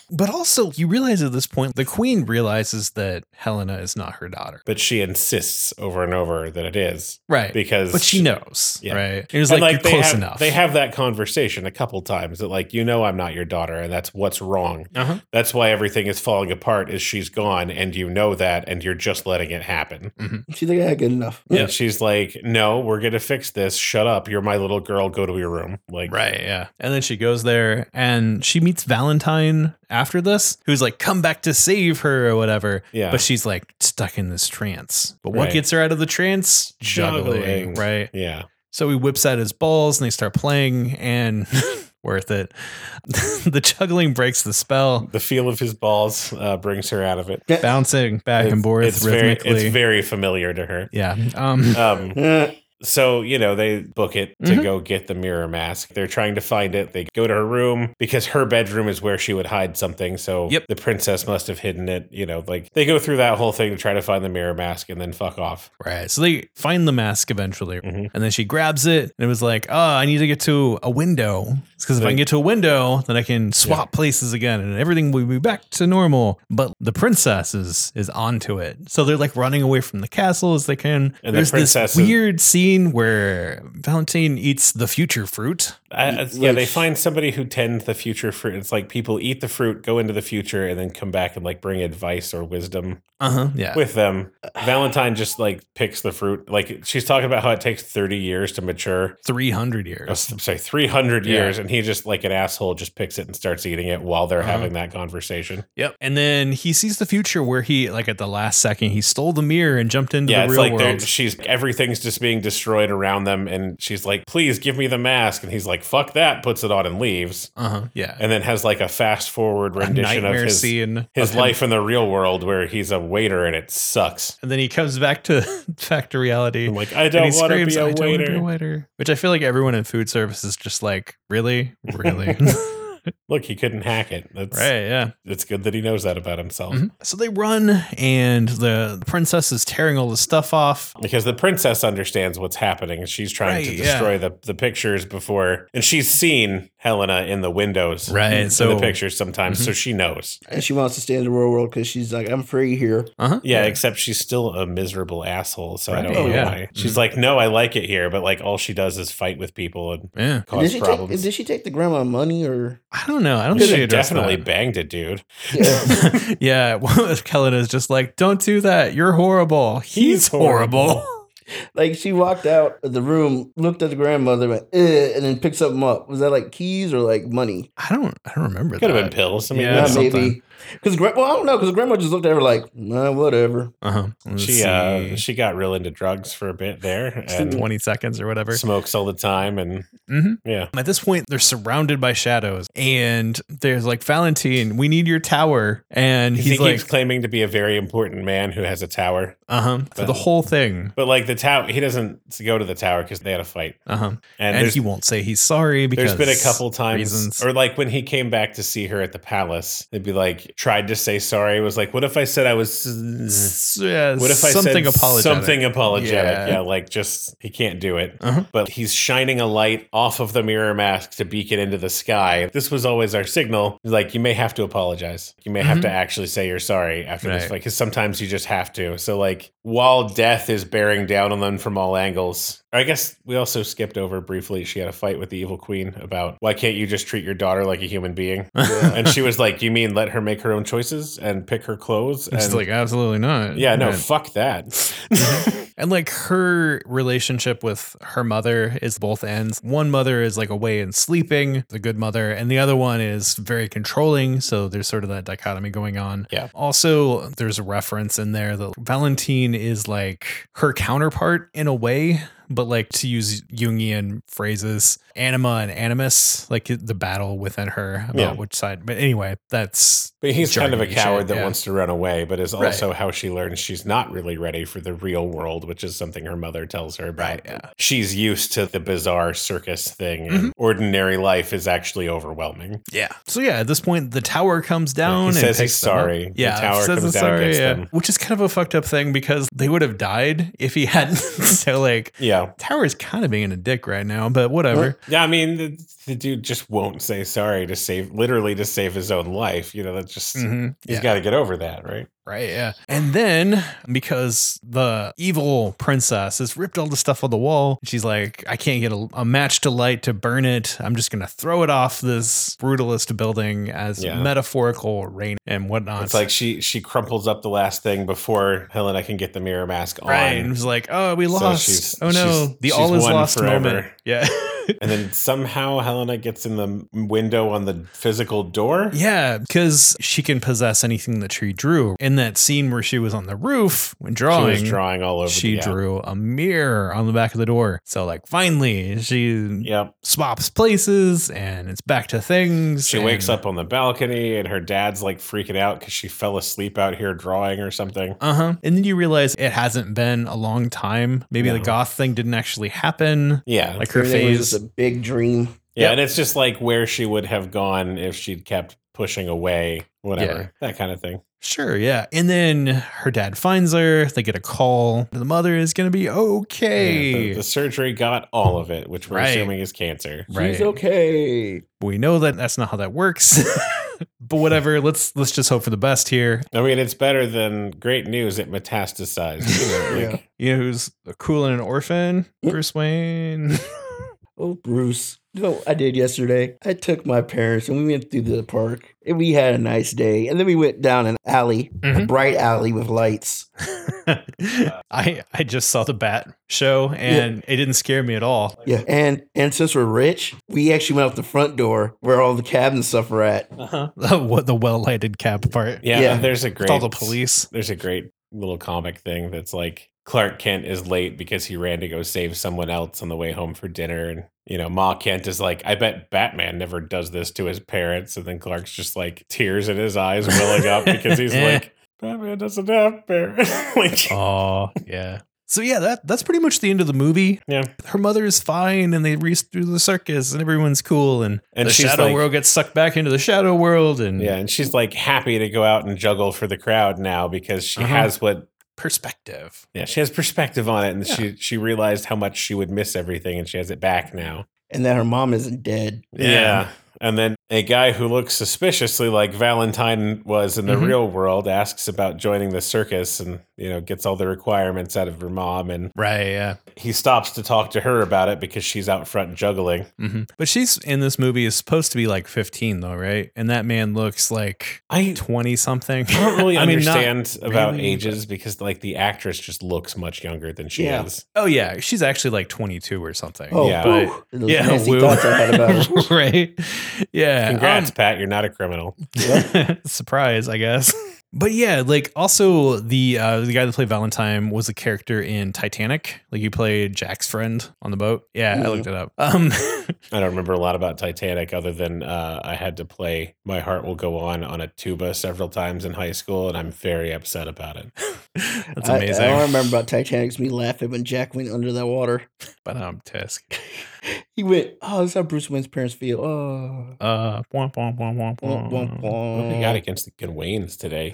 Speaker 2: But also, you realize at this point, the queen realizes that Helena is not her daughter.
Speaker 3: but she insists over and over that it is
Speaker 2: Right.
Speaker 3: because
Speaker 2: but she knows.
Speaker 3: Yeah.
Speaker 2: Right. It was
Speaker 3: And,
Speaker 2: like,
Speaker 3: they
Speaker 2: you're close
Speaker 3: have,
Speaker 2: enough.
Speaker 3: They have that conversation a couple times that like you know I'm not your daughter and that's what's wrong.
Speaker 2: Uh-huh.
Speaker 3: That's why everything is falling apart is she's gone and you know that and you're just letting it happen.
Speaker 4: She's like, yeah, good enough.
Speaker 3: And she's like, "No, we're going to fix this. Shut up. You're my little girl. Go to your room." Like
Speaker 2: Right, yeah. And then she goes there and she meets Valentine after this, who's like, come back to save her or whatever.
Speaker 3: Yeah.
Speaker 2: But she's like stuck in this trance. But what
Speaker 3: Right.
Speaker 2: gets her out of the trance?
Speaker 3: Juggling.
Speaker 2: Right.
Speaker 3: yeah.
Speaker 2: So he whips out his balls and they start playing and worth it. the juggling breaks the spell,
Speaker 3: The feel of his balls uh, brings her out of it.
Speaker 2: bouncing back
Speaker 3: It's-
Speaker 2: and forth
Speaker 3: it's very
Speaker 2: rhythmically.
Speaker 3: it's very familiar to her.
Speaker 2: yeah. Um,
Speaker 3: Um
Speaker 4: Yeah.
Speaker 3: So, you know, they book it to
Speaker 2: Mhm.
Speaker 3: go get the mirror mask. They're trying to find it. They go to her room because her bedroom is where she would hide something. So
Speaker 2: Yep.
Speaker 3: the princess must have hidden it. You know, like they go through that whole thing to try to find the mirror mask and then fuck off.
Speaker 2: Right. So they find the mask eventually.
Speaker 3: Mhm.
Speaker 2: And then she grabs it and it was like, oh, I need to get to a window. Because if I
Speaker 3: Like-
Speaker 2: can get to a window, then I can swap places again and everything will be back to normal. But the princess is is onto it. So they're like running away from the castle as they can.
Speaker 3: And the
Speaker 2: There's
Speaker 3: princess
Speaker 2: this
Speaker 3: is-
Speaker 2: weird scene where Valentine eats the future fruit.
Speaker 3: I, I- yeah, they
Speaker 4: Which-
Speaker 3: find somebody who tends the future fruit. It's like people eat the fruit, go into the future, and then come back and like bring advice or wisdom
Speaker 2: Uh-huh. Yeah.
Speaker 3: with them. Valentine just like picks the fruit. Like she's talking about how it takes 30 years to mature.
Speaker 2: 300
Speaker 3: uh,
Speaker 2: years.
Speaker 3: s- sorry, 300
Speaker 2: Yeah.
Speaker 3: years, and he just like an asshole just picks it and starts eating it while they're
Speaker 2: Uh-huh.
Speaker 3: having that conversation.
Speaker 2: Yep. And then he sees the future where he, like at the last second, he stole the mirror and jumped into
Speaker 3: yeah,
Speaker 2: the
Speaker 3: it's
Speaker 2: real
Speaker 3: like they're-
Speaker 2: world.
Speaker 3: she's everything's just being destroyed around them, and she's like, "Please give me the mask," and he's like, "Fuck that," puts it on and leaves,
Speaker 2: Uh-huh. Yeah.
Speaker 3: and then has like a fast forward
Speaker 2: A
Speaker 3: rendition of
Speaker 2: nightmare
Speaker 3: his
Speaker 2: scene.
Speaker 3: his
Speaker 2: of him
Speaker 3: life in the real world where he's a waiter and it sucks.
Speaker 2: And then he comes back to back to reality.
Speaker 3: I'm like, I
Speaker 2: and
Speaker 3: don't
Speaker 2: he
Speaker 3: want to
Speaker 2: screams,
Speaker 3: be a
Speaker 2: "I don't wanna be
Speaker 3: waiter.
Speaker 2: waiter. Which I feel like everyone in food service is just like, really? Really?
Speaker 3: Look, he couldn't hack it. That's
Speaker 2: right, yeah.
Speaker 3: It's good that he knows that about himself.
Speaker 2: Mhm. So they run and the princess is tearing all the stuff off.
Speaker 3: because the princess understands what's happening and she's trying to
Speaker 2: Right, yeah.
Speaker 3: destroy the, the pictures before and she's seen helena in the windows
Speaker 2: Right,
Speaker 3: in
Speaker 2: so- Mm-hmm.
Speaker 3: the pictures sometimes so she knows
Speaker 4: And she wants to stay in the real world because she's like, I'm free here.
Speaker 2: Uh-huh.
Speaker 3: yeah, except she's still a miserable asshole so i
Speaker 2: Right,
Speaker 3: don't know
Speaker 2: yeah. Mm-hmm.
Speaker 3: why she's like no i like it here but like all she does is fight with people and
Speaker 2: Yeah.
Speaker 4: And Did
Speaker 3: cause
Speaker 4: she, take,
Speaker 3: problems
Speaker 4: did she take the grandma money or?
Speaker 2: I don't know. I don't think
Speaker 3: She
Speaker 2: she addressed
Speaker 3: definitely
Speaker 2: that.
Speaker 3: banged a dude.
Speaker 4: Yeah.
Speaker 2: yeah, Kellen is just like, don't do that. You're horrible. He's,
Speaker 3: He's horrible.
Speaker 2: horrible.
Speaker 4: like she walked out of the room, looked at the grandmother, went, eh, and then picks something up. Was that like keys or like money?
Speaker 2: I don't. I don't remember.
Speaker 3: Could have
Speaker 2: that.
Speaker 3: been pills. I mean,
Speaker 2: Yeah,
Speaker 3: that's-
Speaker 4: yeah, maybe. Because well, I don't know. Because grandma just looked at her like, nah, whatever.
Speaker 2: Uh-huh. Let's
Speaker 3: she uh,
Speaker 2: see.
Speaker 3: she got real into drugs for a bit there and
Speaker 2: twenty seconds or whatever.
Speaker 3: smokes all the time and
Speaker 2: Mhm.
Speaker 3: yeah.
Speaker 2: At this point, they're surrounded by shadows, and there's like Valentine. We need your tower, and
Speaker 3: he
Speaker 2: he's
Speaker 3: keeps
Speaker 2: like,
Speaker 3: claiming to be a very important man who has a tower,
Speaker 2: uh huh, for the whole thing,
Speaker 3: but like the tower, he doesn't go to the tower because they had a fight.
Speaker 2: uh huh,
Speaker 3: And,
Speaker 2: and,
Speaker 3: there's,
Speaker 2: he won't say he's sorry because
Speaker 3: there's been a couple times,
Speaker 2: reasons.
Speaker 3: or like when he came back to see her at the palace, they'd be like tried to say sorry. Was like, what if I said I was?
Speaker 2: yeah,
Speaker 3: What if I
Speaker 2: something
Speaker 3: said
Speaker 2: apologetic?
Speaker 3: something apologetic?
Speaker 2: Yeah.
Speaker 3: Yeah. like just he can't do it.
Speaker 2: Uh-huh.
Speaker 3: But he's shining a light off of the mirror mask to beacon into the sky. This was always our signal. Like you may have to apologize. You may have
Speaker 2: Mhm.
Speaker 3: to actually say you're sorry after this
Speaker 2: Right.
Speaker 3: fight because sometimes you just have to. So like while death is bearing down on them from all angles, I guess we also skipped over briefly. She had a fight with the evil queen about why can't you just treat your daughter like a human being? and she was like, "You mean let her make her own choices and pick her clothes?"
Speaker 2: It's
Speaker 3: and
Speaker 2: like absolutely not.
Speaker 3: yeah, no,
Speaker 2: Right.
Speaker 3: fuck that.
Speaker 2: And like her relationship with her mother is both ends. One mother is like away and sleeping, the good mother, and the other one is very controlling. So there's sort of that dichotomy going on.
Speaker 3: Yeah.
Speaker 2: Also, there's a reference in there that Valentine is like her counterpart in a way. But like to use Jungian phrases, anima and animus, like the battle within her about
Speaker 3: Yeah.
Speaker 2: which side. But anyway, that's
Speaker 3: But he's kind of a
Speaker 2: jargony
Speaker 3: coward
Speaker 2: shit,
Speaker 3: that
Speaker 2: yeah.
Speaker 3: wants to run away, but is also how she learns she's not really ready for the real world, which is something her mother tells her about.
Speaker 2: Right, yeah. Mm-hmm.
Speaker 3: She's used to the bizarre circus thing, and ordinary life is actually overwhelming.
Speaker 2: Yeah. So yeah, at this point, the tower comes down.
Speaker 3: He
Speaker 2: and
Speaker 3: says
Speaker 2: picks
Speaker 3: he's
Speaker 2: them up.
Speaker 3: sorry. The
Speaker 2: Yeah,
Speaker 3: tower
Speaker 2: says
Speaker 3: comes
Speaker 2: he's
Speaker 3: down and gets them.
Speaker 2: which is kind of a fucked up thing because they would have died if he hadn't. so like,
Speaker 3: Yeah.
Speaker 2: tower is kind of being a dick right now, but whatever.
Speaker 3: Yeah, I mean, the, the dude just won't say sorry to save, literally to save his own life. You know, that's just, mm-hmm. he's
Speaker 2: Mhm. Yeah.
Speaker 3: got to get over that, right?
Speaker 2: Right, yeah. And then because the evil princess has ripped all the stuff on the wall, she's like, I can't get a, a match to light to burn it. I'm just going to throw it off this brutalist building as
Speaker 3: Yeah.
Speaker 2: metaphorical rain and whatnot.
Speaker 3: It's like she she crumples up the last thing before Helena can get the mirror mask on.
Speaker 2: Right. And was like, oh, we lost.
Speaker 3: she's-
Speaker 2: oh no,
Speaker 3: she's-
Speaker 2: the
Speaker 3: she's
Speaker 2: all is
Speaker 3: won
Speaker 2: lost
Speaker 3: forever.
Speaker 2: moment. Yeah,
Speaker 3: And then somehow Helena gets in the window on the physical door.
Speaker 2: yeah, because she can possess anything that she drew. In that scene where she was on the roof when drawing,
Speaker 3: She was drawing all over.
Speaker 2: she
Speaker 3: the, yeah.
Speaker 2: drew a mirror on the back of the door. So like, finally, she
Speaker 3: Yep.
Speaker 2: swaps places and it's back to things.
Speaker 3: She
Speaker 2: and-
Speaker 3: wakes up on the balcony, and her dad's like freaking out because she fell asleep out here drawing or something.
Speaker 2: Uh huh. And then you realize it hasn't been a long time. Maybe the
Speaker 3: No.
Speaker 2: goth thing didn't actually happen.
Speaker 3: Yeah,
Speaker 2: Like her
Speaker 4: Everything was
Speaker 2: phase.
Speaker 4: just a big dream.
Speaker 3: yeah, and it's just like where she would have gone if she'd kept pushing away, whatever
Speaker 2: Yeah.
Speaker 3: that kind of thing.
Speaker 2: Sure, yeah. And then her dad finds her. They get a call. The mother is going to be "Oh, okay.
Speaker 3: the, the surgery got all of it, which we're
Speaker 2: Right.
Speaker 3: assuming is cancer.
Speaker 2: right.
Speaker 4: She's okay.
Speaker 2: We know that that's not how that works. but whatever, let's let's just hope for the best here.
Speaker 3: I mean, it's better than great news. It metastasized. You know, like,
Speaker 2: You know who's cool and an orphan? Bruce Wayne.
Speaker 4: Oh, Bruce. You know what I did yesterday? I took my parents and we went through the park and we had a nice day. And then we went down an alley, a
Speaker 2: Mhm.
Speaker 4: bright alley with lights.
Speaker 2: I I just saw the bat show and it didn't scare me at all.
Speaker 4: Yeah. And and since we're rich, we actually went out the front door where all the cabin stuff are at.
Speaker 2: what the well lighted cab part.
Speaker 3: yeah,
Speaker 4: Yeah.
Speaker 3: there's
Speaker 2: Uh-huh.
Speaker 3: a
Speaker 2: With
Speaker 3: great
Speaker 2: all the police.
Speaker 3: there's a great little comic thing that's like Clark Kent is late because he ran to go save someone else on the way home for dinner. And, you know, Ma Kent is like, I bet Batman never does this to his parents. And then Clark's just like tears in his eyes welling up because he's like, Batman doesn't have parents. like,
Speaker 2: Oh, yeah. So yeah, that that's pretty much the end of the movie.
Speaker 3: yeah.
Speaker 2: her mother is fine and they race through the circus and everyone's cool and,
Speaker 3: And
Speaker 2: the
Speaker 3: she's
Speaker 2: shadow
Speaker 3: like-
Speaker 2: world gets sucked back into the shadow world and
Speaker 3: Yeah. And she's like happy to go out and juggle for the crowd now because she
Speaker 2: Uh-huh.
Speaker 3: has what
Speaker 2: perspective.
Speaker 3: yeah, she has perspective on it and she she realized how much she would miss everything and she has it back now.
Speaker 4: And that her mom isn't dead.
Speaker 2: Yeah.
Speaker 3: And then A guy who looks suspiciously like Valentine was in the
Speaker 2: Mhm.
Speaker 3: real world asks about joining the circus and, you know, gets all the requirements out of her mom. And
Speaker 2: Right. Yeah.
Speaker 3: he stops to talk to her about it because she's out front juggling.
Speaker 2: hmm But she's in this movie is supposed to be like 15 though, right? And that man looks like
Speaker 3: I
Speaker 2: 20 something.
Speaker 3: I don't really
Speaker 2: I mean, not
Speaker 3: understand about
Speaker 2: really,
Speaker 3: ages because, like, the actress just looks much younger than she
Speaker 4: Yeah.
Speaker 3: is.
Speaker 2: oh yeah, she's actually like 22 or something.
Speaker 4: Oh,
Speaker 3: Yeah.
Speaker 4: yeah.
Speaker 2: yeah,
Speaker 4: nasty
Speaker 2: woo.
Speaker 4: thoughts I had about her.
Speaker 2: right. Yeah. um,
Speaker 3: Congrats, Pat. You're not a criminal.
Speaker 2: Surprise, I guess. But yeah, like also the uh, the guy that played Valentine was a character in Titanic. Like he played Jack's friend on the boat. Yeah, I
Speaker 4: Mhm.
Speaker 2: looked it up. Um,
Speaker 3: I don't remember a lot about Titanic other than uh, I had to play My Heart Will Go On on a tuba several times in high school, and I'm very upset about it.
Speaker 2: that's
Speaker 4: I- uh,
Speaker 2: amazing.
Speaker 4: I, all I remember about Titanic's me laughing when Jack went under that water.
Speaker 2: but um, Tisk.
Speaker 4: He went, oh, that's how Bruce Wayne's parents feel. Oh.
Speaker 2: Uh, womp, womp, womp, womp,
Speaker 4: Womp, womp,
Speaker 2: womp.
Speaker 3: What they got
Speaker 4: womp.
Speaker 3: against the Gawains today?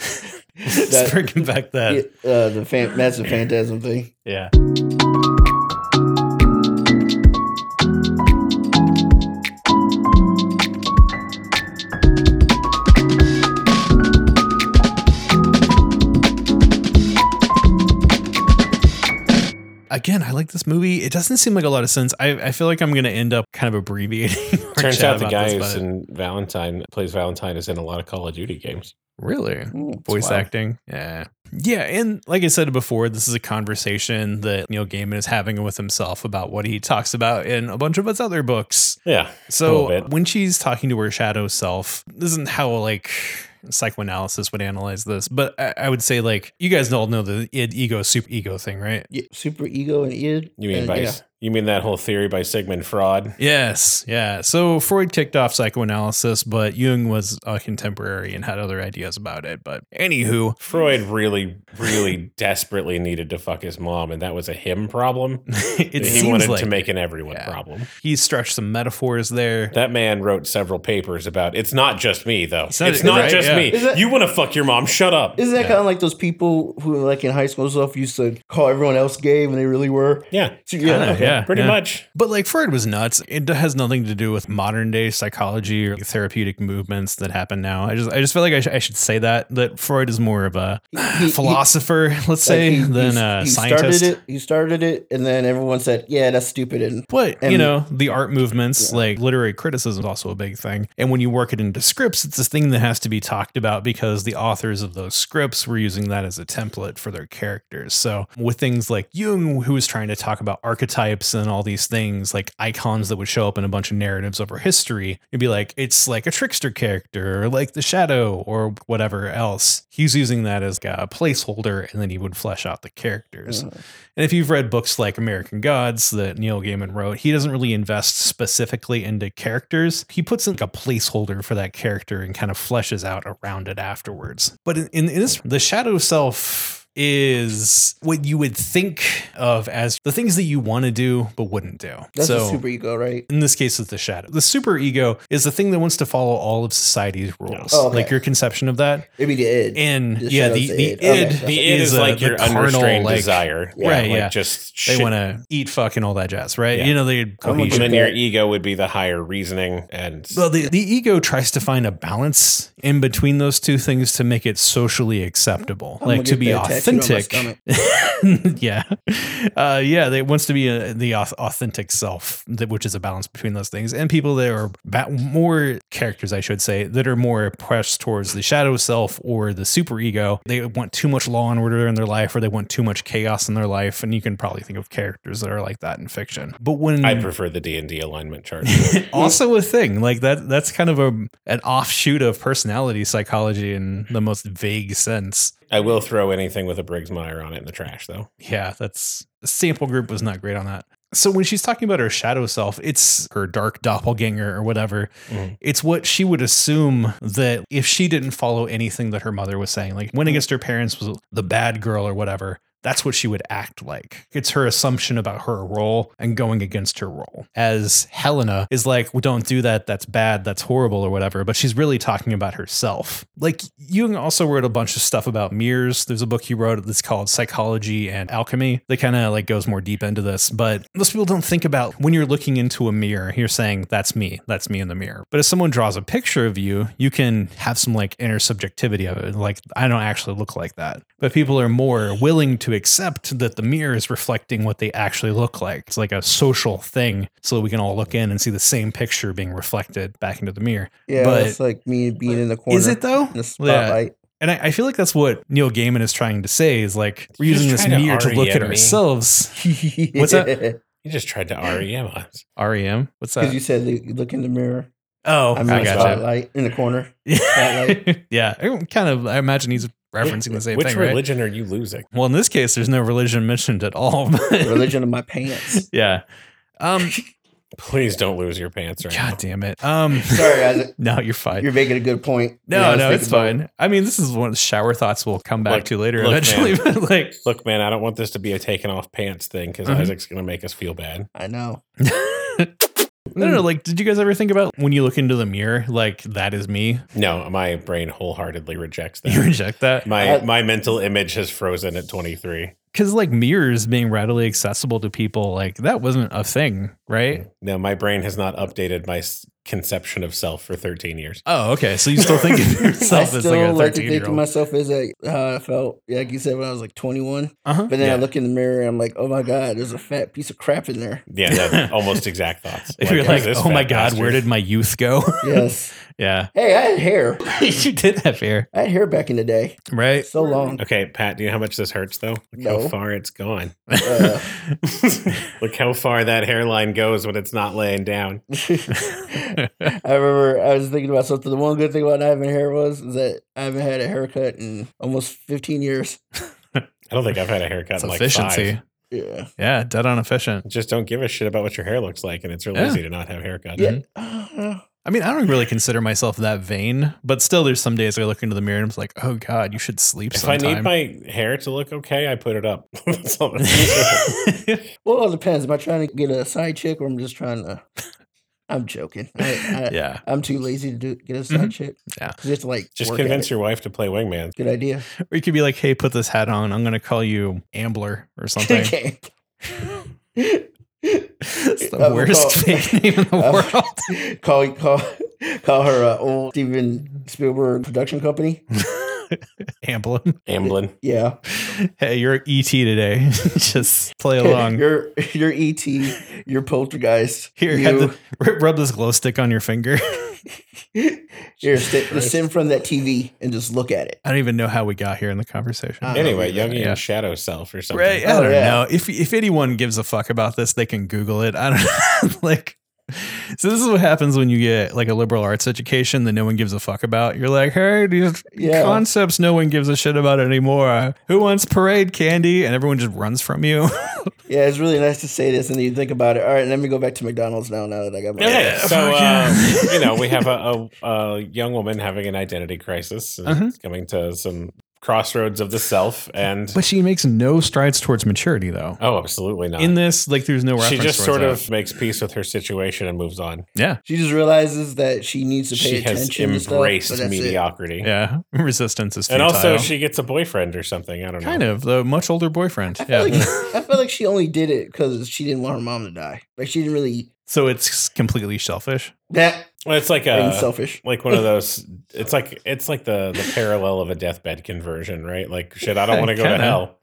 Speaker 2: Let's
Speaker 4: That-
Speaker 2: bring back that.
Speaker 4: Yeah, uh, the fan, that's the phantasm thing.
Speaker 2: Yeah. Again, I like this movie. It doesn't seem like a lot of sense. I, I feel like I'm going to end up kind of abbreviating. our
Speaker 3: Turns
Speaker 2: chat
Speaker 3: out the
Speaker 2: about
Speaker 3: guy
Speaker 2: this,
Speaker 3: who's
Speaker 2: but-
Speaker 3: in Valentine plays Valentine is in a lot of Call of Duty games.
Speaker 2: really
Speaker 4: Mm,
Speaker 2: voice
Speaker 4: wow.
Speaker 2: acting. Yeah. Yeah. And like I said before, this is a conversation that Neil Gaiman is having with himself about what he talks about in a bunch of his other books.
Speaker 3: Yeah, A little
Speaker 2: So
Speaker 3: bit.
Speaker 2: when she's talking to her shadow self, this isn't how like psychoanalysis would analyze this, but I, I would say like you guys all know the id ego super ego thing, right?
Speaker 4: Yeah, super ego and id.
Speaker 3: you mean
Speaker 4: uh,
Speaker 3: by
Speaker 4: yeah.
Speaker 3: you mean that whole theory by Sigmund Freud?
Speaker 2: Yes, yeah. So Freud kicked off psychoanalysis, but Jung was a contemporary and had other ideas about it. But anywho,
Speaker 3: Freud really, really desperately needed to fuck his mom, and that was a him problem.
Speaker 2: it
Speaker 3: he
Speaker 2: seems
Speaker 3: wanted
Speaker 2: like
Speaker 3: to make an everyone
Speaker 2: Yeah.
Speaker 3: problem.
Speaker 2: he stretched some metaphors there.
Speaker 3: That man wrote several papers about it's not just me though. It's
Speaker 2: not- e,
Speaker 3: not,
Speaker 2: right?
Speaker 3: just
Speaker 2: Yeah.
Speaker 3: me.
Speaker 4: Is that-
Speaker 3: you want to fuck your mom? Shut up.
Speaker 4: Isn't that
Speaker 2: Yeah.
Speaker 4: kind of like those people who, like in high school and stuff, used to call everyone else gay when they really were?
Speaker 3: yeah,
Speaker 4: So,
Speaker 2: Kinda,
Speaker 4: okay.
Speaker 2: yeah.
Speaker 3: pretty much.
Speaker 2: But like Freud was nuts. It has nothing to do with modern day psychology or therapeutic movements that happen now. I just I just feel like I, sh- I should say that that Freud is more of a
Speaker 4: He- he-
Speaker 2: philosopher, let's
Speaker 4: like,
Speaker 2: say,
Speaker 4: he-
Speaker 2: than
Speaker 4: he-
Speaker 2: a
Speaker 4: he
Speaker 2: uh, scientist.
Speaker 4: Started it, he started it, and then everyone said, yeah, that's stupid. And
Speaker 2: But you
Speaker 4: And-
Speaker 2: know, the art movements,
Speaker 4: Yeah.
Speaker 2: like literary criticism, is also a big thing. And when you work it into scripts, it's this thing that has to be talked about because the authors of those scripts were using that as a template for their characters. So with things like Jung, who was trying to talk about archetypes and all these things, like icons that would show up in a bunch of narratives over history, it'd be like it's like a trickster character, or like the shadow, or whatever else. He's using that as a placeholder, and then he would flesh out the characters. And if you've read books like American Gods that Neil Gaiman wrote, he doesn't really invest specifically into characters. He puts in like a placeholder for that character and kind of fleshes out around it afterwards. But in, in this, the shadow self is what you would think of as the things that you want to do but wouldn't do.
Speaker 4: that's
Speaker 2: so
Speaker 4: a super ego, right?
Speaker 2: in this case, it's the shadow. The superego is the thing that wants to follow all of society's rules,
Speaker 4: Oh, okay.
Speaker 2: like your conception of that.
Speaker 4: Maybe the id.
Speaker 2: And
Speaker 4: The
Speaker 2: yeah,
Speaker 4: shadow's
Speaker 2: the,
Speaker 4: the
Speaker 2: the
Speaker 4: id.
Speaker 2: id,
Speaker 4: Okay, gotcha.
Speaker 3: The id is
Speaker 2: a-
Speaker 3: like
Speaker 2: uh, the
Speaker 3: your
Speaker 2: carnal,
Speaker 3: unrestrained
Speaker 2: like-
Speaker 3: desire.
Speaker 2: Yeah. Right,
Speaker 3: Like
Speaker 2: yeah.
Speaker 3: just
Speaker 2: They
Speaker 3: shit.
Speaker 2: want to eat, fuck, and all that jazz, right?
Speaker 3: Yeah.
Speaker 2: You know, they
Speaker 4: looking
Speaker 3: And
Speaker 2: cohesion.
Speaker 3: then your
Speaker 4: that.
Speaker 3: ego would be the higher reasoning, and
Speaker 2: Well, the, the ego tries to find a balance in between those two things to make it socially acceptable,
Speaker 4: I'm
Speaker 2: like
Speaker 4: gonna
Speaker 2: to
Speaker 4: get
Speaker 2: be
Speaker 4: that tattooed on my
Speaker 2: authentic.
Speaker 4: stomach.
Speaker 2: yeah, uh, yeah, they it wants to be a, the au- authentic self, that, which is a balance between those things. And people that are ba- more characters, I should say, that are more pressed towards the shadow self or the superego. They want too much law and order in their life, or they want too much chaos in their life. And you can probably think of characters that are like that in fiction. But when
Speaker 3: I prefer the D and D alignment chart.
Speaker 2: also a thing like that that's kind of a an offshoot of personality psychology in the most vague sense
Speaker 3: I will throw anything with a Briggs Meyer on it in the trash, though.
Speaker 2: yeah that's sample group was not great on that so when she's talking about her shadow self it's her dark doppelganger or whatever
Speaker 3: Mhm.
Speaker 2: it's what she would assume that if she didn't follow anything that her mother was saying like went against her parents was the bad girl or whatever that's what she would act like. It's her assumption about her role and going against her role. As Helena is like, well, don't do that. That's bad. That's horrible or whatever. But she's really talking about herself. Like, Jung also wrote a bunch of stuff about mirrors. There's a book he wrote that's called Psychology and Alchemy that kind of like goes more deep into this. But most people don't think about when you're looking into a mirror, you're saying, that's me. That's me in the mirror. But if someone draws a picture of you, you can have some like inner subjectivity of it. Like, I don't actually look like that. But people are more willing to accept that the mirror is reflecting what they actually look like. It's like a social thing so that we can all look in and see the same picture being reflected back into the mirror.
Speaker 4: Yeah,
Speaker 2: But-
Speaker 4: it's like me being in the corner.
Speaker 2: Is it though?
Speaker 4: In the spotlight.
Speaker 2: And I, I feel like that's what Neil Gaiman is trying to say is like we're
Speaker 3: He's
Speaker 2: using this
Speaker 3: trying to
Speaker 2: mirror to look at
Speaker 3: REM me.
Speaker 2: ourselves. What's that?
Speaker 3: You just tried to REM us.
Speaker 2: REM? What's
Speaker 4: Because
Speaker 2: that?
Speaker 4: you said you look in the mirror.
Speaker 2: oh,
Speaker 4: I'm in
Speaker 2: I
Speaker 4: the
Speaker 2: gotcha.
Speaker 4: spotlight in the corner. spotlight.
Speaker 2: yeah, I kind of. I imagine he's referencing the same
Speaker 3: Which
Speaker 2: thing, right?
Speaker 3: religion are you losing?
Speaker 2: Well, in this case, there's no religion mentioned at all. but-
Speaker 4: Religion of my pants.
Speaker 2: yeah. Um.
Speaker 3: Please don't lose your pants right
Speaker 2: God damn it. Um.
Speaker 4: Sorry, Isaac.
Speaker 2: No, you're fine.
Speaker 4: You're making a good point.
Speaker 2: no,
Speaker 4: Yeah, I was
Speaker 2: no, it's
Speaker 4: thinking about it.
Speaker 2: fine. I mean, this is one of the shower thoughts we'll come back
Speaker 3: Look-
Speaker 2: to later
Speaker 3: look,
Speaker 2: eventually.
Speaker 3: man.
Speaker 2: But like,
Speaker 3: now. Look, man, I don't want this to be a taken off pants thing because
Speaker 2: Mhm.
Speaker 3: Isaac's going to make us feel bad.
Speaker 4: I know.
Speaker 2: I don't know. Like, did you guys ever think about when you look into the mirror, like that is me?
Speaker 3: No, my brain wholeheartedly rejects
Speaker 2: You
Speaker 3: that.
Speaker 2: reject that
Speaker 3: My
Speaker 4: I-
Speaker 3: my mental image has frozen at 23.
Speaker 2: because like mirrors being readily accessible to people, like that wasn't a thing, right?
Speaker 3: No, my brain has not updated my s- conception of self for 13 years.
Speaker 2: Oh, okay. So you still think of
Speaker 4: I
Speaker 2: yourself as
Speaker 4: still
Speaker 2: like a
Speaker 4: like,
Speaker 2: thirteen
Speaker 4: to think
Speaker 2: year
Speaker 4: to
Speaker 2: old?
Speaker 4: myself as like how I felt, like you said, when I was like 21.
Speaker 2: Uh-huh.
Speaker 4: But then I
Speaker 3: Yeah.
Speaker 4: look in the mirror and I'm like, oh my god, there's a fat piece of crap in there.
Speaker 3: Yeah, that's almost exact thoughts.
Speaker 2: If you're
Speaker 3: who's
Speaker 2: like,
Speaker 3: this
Speaker 2: oh my
Speaker 3: fat
Speaker 2: god, where
Speaker 3: bastard?"
Speaker 2: did my youth go?
Speaker 4: Yes.
Speaker 2: yeah,
Speaker 4: hey, I had hair.
Speaker 2: you did have hair,
Speaker 4: I had hair back in the day.
Speaker 2: right?
Speaker 4: So long.
Speaker 3: Okay, Pat, do you know how much this hurts though? Look how
Speaker 4: No.
Speaker 3: far it's gone.
Speaker 4: Uh,
Speaker 3: Look how far that hairline goes when it's not laying down.
Speaker 4: I remember I was thinking about something. The one good thing about not having hair was is that I haven't had a haircut in almost 15 years.
Speaker 3: I don't think I've had a haircut
Speaker 2: It's
Speaker 3: in like
Speaker 2: efficiency.
Speaker 3: five.
Speaker 4: Yeah.
Speaker 2: Yeah, dead on efficient.
Speaker 3: Just don't give a shit about what your hair looks like, and it's really
Speaker 2: Yeah.
Speaker 3: easy to not have a haircut.
Speaker 2: Mm-hmm.
Speaker 4: Yeah. Uh,
Speaker 2: I mean, I don't really consider myself that vain, but still, there's some days I look into the mirror and I'm just like, oh god, you should sleep
Speaker 3: If
Speaker 2: sometime.
Speaker 3: I need my hair to look okay, I put it up. That's all I'm saying.
Speaker 2: yeah,
Speaker 4: well, it depends. Am I trying to get a side chick or I'm just trying to? I'm joking. I, I, I'm too lazy to do, get a side chick.
Speaker 2: Mm-hmm. Yeah.
Speaker 4: You have to like
Speaker 3: Just
Speaker 4: work at
Speaker 3: convince
Speaker 4: it.
Speaker 3: your wife to play wingman.
Speaker 4: Good idea.
Speaker 2: or you could be like, "Hey, put this hat on. I'm going to call you Ambler or something."
Speaker 4: Okay.
Speaker 2: It's the
Speaker 4: I will
Speaker 2: worst
Speaker 4: call-
Speaker 2: fake name in the
Speaker 4: I will-
Speaker 2: world.
Speaker 4: call call call her uh, old Steven Spielberg production company.
Speaker 2: Amblin.
Speaker 3: Amblin.
Speaker 4: Yeah,
Speaker 2: Hey, you're ET today. Just play along.
Speaker 4: Your your ET, your E poltergeist.
Speaker 2: Here,
Speaker 4: you,
Speaker 2: have the, r- rub this glow stick on your finger.
Speaker 4: here, st- descend from that TV and just look at it.
Speaker 2: I don't even know how we got here in the conversation.
Speaker 4: Uh,
Speaker 3: Anyway,
Speaker 4: yeah,
Speaker 3: Jungian
Speaker 2: yeah.
Speaker 3: shadow self or something.
Speaker 2: Right? I
Speaker 4: Oh,
Speaker 2: don't
Speaker 4: yeah.
Speaker 2: know. If if anyone gives a fuck about this, they can Google it. I don't know. like. So this is what happens when you get like a liberal arts education that no one gives a fuck about. You're like, hey, these
Speaker 4: Yeah.
Speaker 2: concepts no one gives a shit about anymore. Who wants parade candy? And everyone just runs from you.
Speaker 4: Yeah, it's really nice to say this, and then you think about it. All right, let me go back to McDonald's now. Now that I got my
Speaker 3: Okay,
Speaker 2: Yeah,
Speaker 3: so
Speaker 2: fuck
Speaker 3: uh,
Speaker 2: yeah.
Speaker 3: you know we have a, a, a young woman having an identity crisis, and
Speaker 2: Uh-huh.
Speaker 3: it's coming to some crossroads of the self, and
Speaker 2: But she makes no strides towards maturity, though.
Speaker 3: oh, absolutely not.
Speaker 2: Uh, In this, like, there's no reference.
Speaker 3: she just
Speaker 2: towards
Speaker 3: sort
Speaker 2: that.
Speaker 3: of makes peace with her situation and moves on.
Speaker 2: yeah,
Speaker 4: She just realizes that she needs to pay
Speaker 3: She has
Speaker 4: attention.
Speaker 3: embraced
Speaker 4: to stuff, but that's it.
Speaker 3: mediocrity,
Speaker 2: yeah. Resistance is futile.
Speaker 3: and also she gets a boyfriend or something. I don't know.
Speaker 2: kind of the much older boyfriend.
Speaker 4: I
Speaker 2: Yeah.
Speaker 4: feel, like, I feel like she only did it because she didn't want her mom to die. Like she didn't really
Speaker 2: so it's completely selfish.
Speaker 4: that
Speaker 3: Well, it's like
Speaker 4: being
Speaker 3: a
Speaker 4: selfish.
Speaker 3: like one of those. It's like it's like the the parallel of a deathbed conversion, right? Like shit, I don't want to go to
Speaker 2: Kinda.
Speaker 3: hell.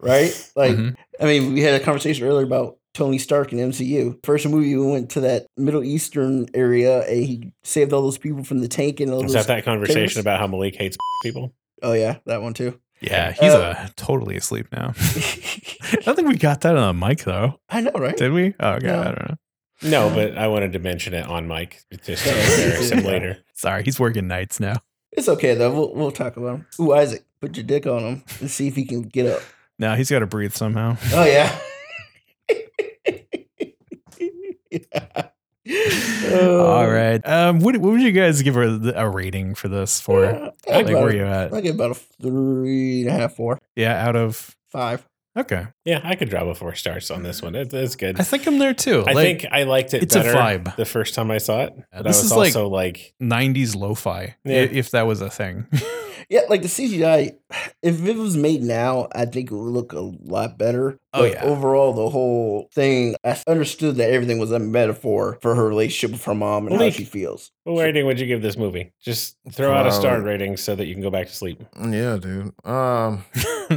Speaker 4: right? Like,
Speaker 2: Mhm.
Speaker 3: Mm-hmm.
Speaker 4: I mean, we had a conversation earlier about Tony Stark and MCU. First movie, we went to that Middle Eastern area, and he saved all those people from the tank and all
Speaker 3: Is
Speaker 4: those.
Speaker 3: that that
Speaker 4: Terrorists?
Speaker 3: conversation about how Malik hates people?
Speaker 4: Oh yeah, that one too.
Speaker 2: Yeah, he's
Speaker 4: Uh,
Speaker 2: uh, totally asleep now. I don't think we got that on the mic though,
Speaker 4: I know, right?
Speaker 2: did we? Oh god,
Speaker 4: No.
Speaker 2: I don't know.
Speaker 3: No, but I wanted to mention it on mic just to
Speaker 4: Yeah.
Speaker 3: embarrass him later.
Speaker 2: Sorry, he's working nights now.
Speaker 4: It's okay though. We'll we'll talk about him. Ooh, Isaac, put your dick on him and see if he can get up.
Speaker 2: No, he's got to breathe somehow.
Speaker 4: Oh yeah. Oh,
Speaker 2: All right. Um, what, what would you guys give her a rating for this? For
Speaker 4: I
Speaker 2: like,
Speaker 4: like,
Speaker 2: where
Speaker 4: about,
Speaker 2: you at?
Speaker 4: I get about a three and a half, four.
Speaker 2: Yeah, out of
Speaker 4: Five.
Speaker 2: Okay.
Speaker 3: Yeah, I could drop a four stars on this one. It, it's good.
Speaker 2: I think I'm there too.
Speaker 3: I
Speaker 2: Like,
Speaker 3: think I liked it
Speaker 2: it's a
Speaker 3: better
Speaker 2: vibe.
Speaker 3: the first time I saw it. But
Speaker 2: This
Speaker 3: I was
Speaker 2: is like-
Speaker 3: also like,
Speaker 2: 90s lo-fi i-
Speaker 3: Yeah.
Speaker 2: if that was a thing.
Speaker 4: Yeah, like the CGI. If it was made now, I think it would look a lot better.
Speaker 2: Oh,
Speaker 4: But
Speaker 2: yeah.
Speaker 4: Overall, the whole thing, I understood that everything was a metaphor for her relationship with her mom and how
Speaker 3: Like-
Speaker 4: she feels.
Speaker 3: what rating would you give this movie? Just throw out a star
Speaker 5: Um,
Speaker 3: rating so that you can go back to sleep.
Speaker 5: Yeah, dude. Um,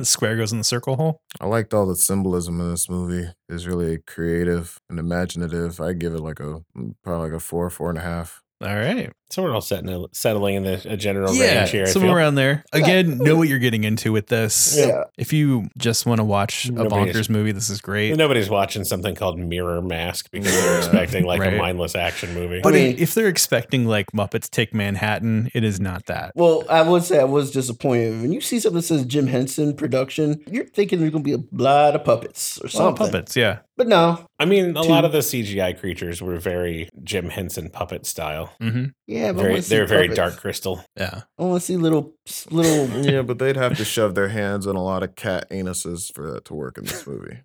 Speaker 2: Square goes in the circle hole.
Speaker 5: I liked all the symbolism in this movie. It's really creative and imaginative. I give it like a mm, probably like a four, four and a half.
Speaker 2: All right.
Speaker 3: So we're all setting, settling in the a general
Speaker 2: yeah,
Speaker 3: range here. I
Speaker 2: somewhere
Speaker 3: feel.
Speaker 2: around there. Again, know what you're getting into with this.
Speaker 4: Yeah.
Speaker 2: If you just want to watch a
Speaker 3: Nobody
Speaker 2: bonkers
Speaker 3: is-
Speaker 2: movie, this is great.
Speaker 3: Nobody's watching something called Mirror Mask because they're
Speaker 5: Yeah.
Speaker 3: expecting like
Speaker 2: Right.
Speaker 3: a mindless action movie.
Speaker 2: But
Speaker 4: I mean-
Speaker 2: if they're expecting like Muppets Take Manhattan, it is not that.
Speaker 4: Well, I would say I was disappointed. When you see something that says Jim Henson production, you're thinking there's going to be a lot of puppets or
Speaker 2: A lot of
Speaker 4: something.
Speaker 2: puppets, yeah.
Speaker 4: But no.
Speaker 3: I mean, a lot
Speaker 4: Two.
Speaker 3: of the CGI creatures were very Jim Henson puppet style.
Speaker 2: hmm
Speaker 4: Yeah, but I
Speaker 3: Very,
Speaker 4: wanna see
Speaker 3: they're very
Speaker 4: puppets.
Speaker 3: dark crystal.
Speaker 2: Yeah.
Speaker 4: I want to see little, little.
Speaker 5: Yeah, but they'd have to shove their hands in a lot of cat anuses for that to work in this movie.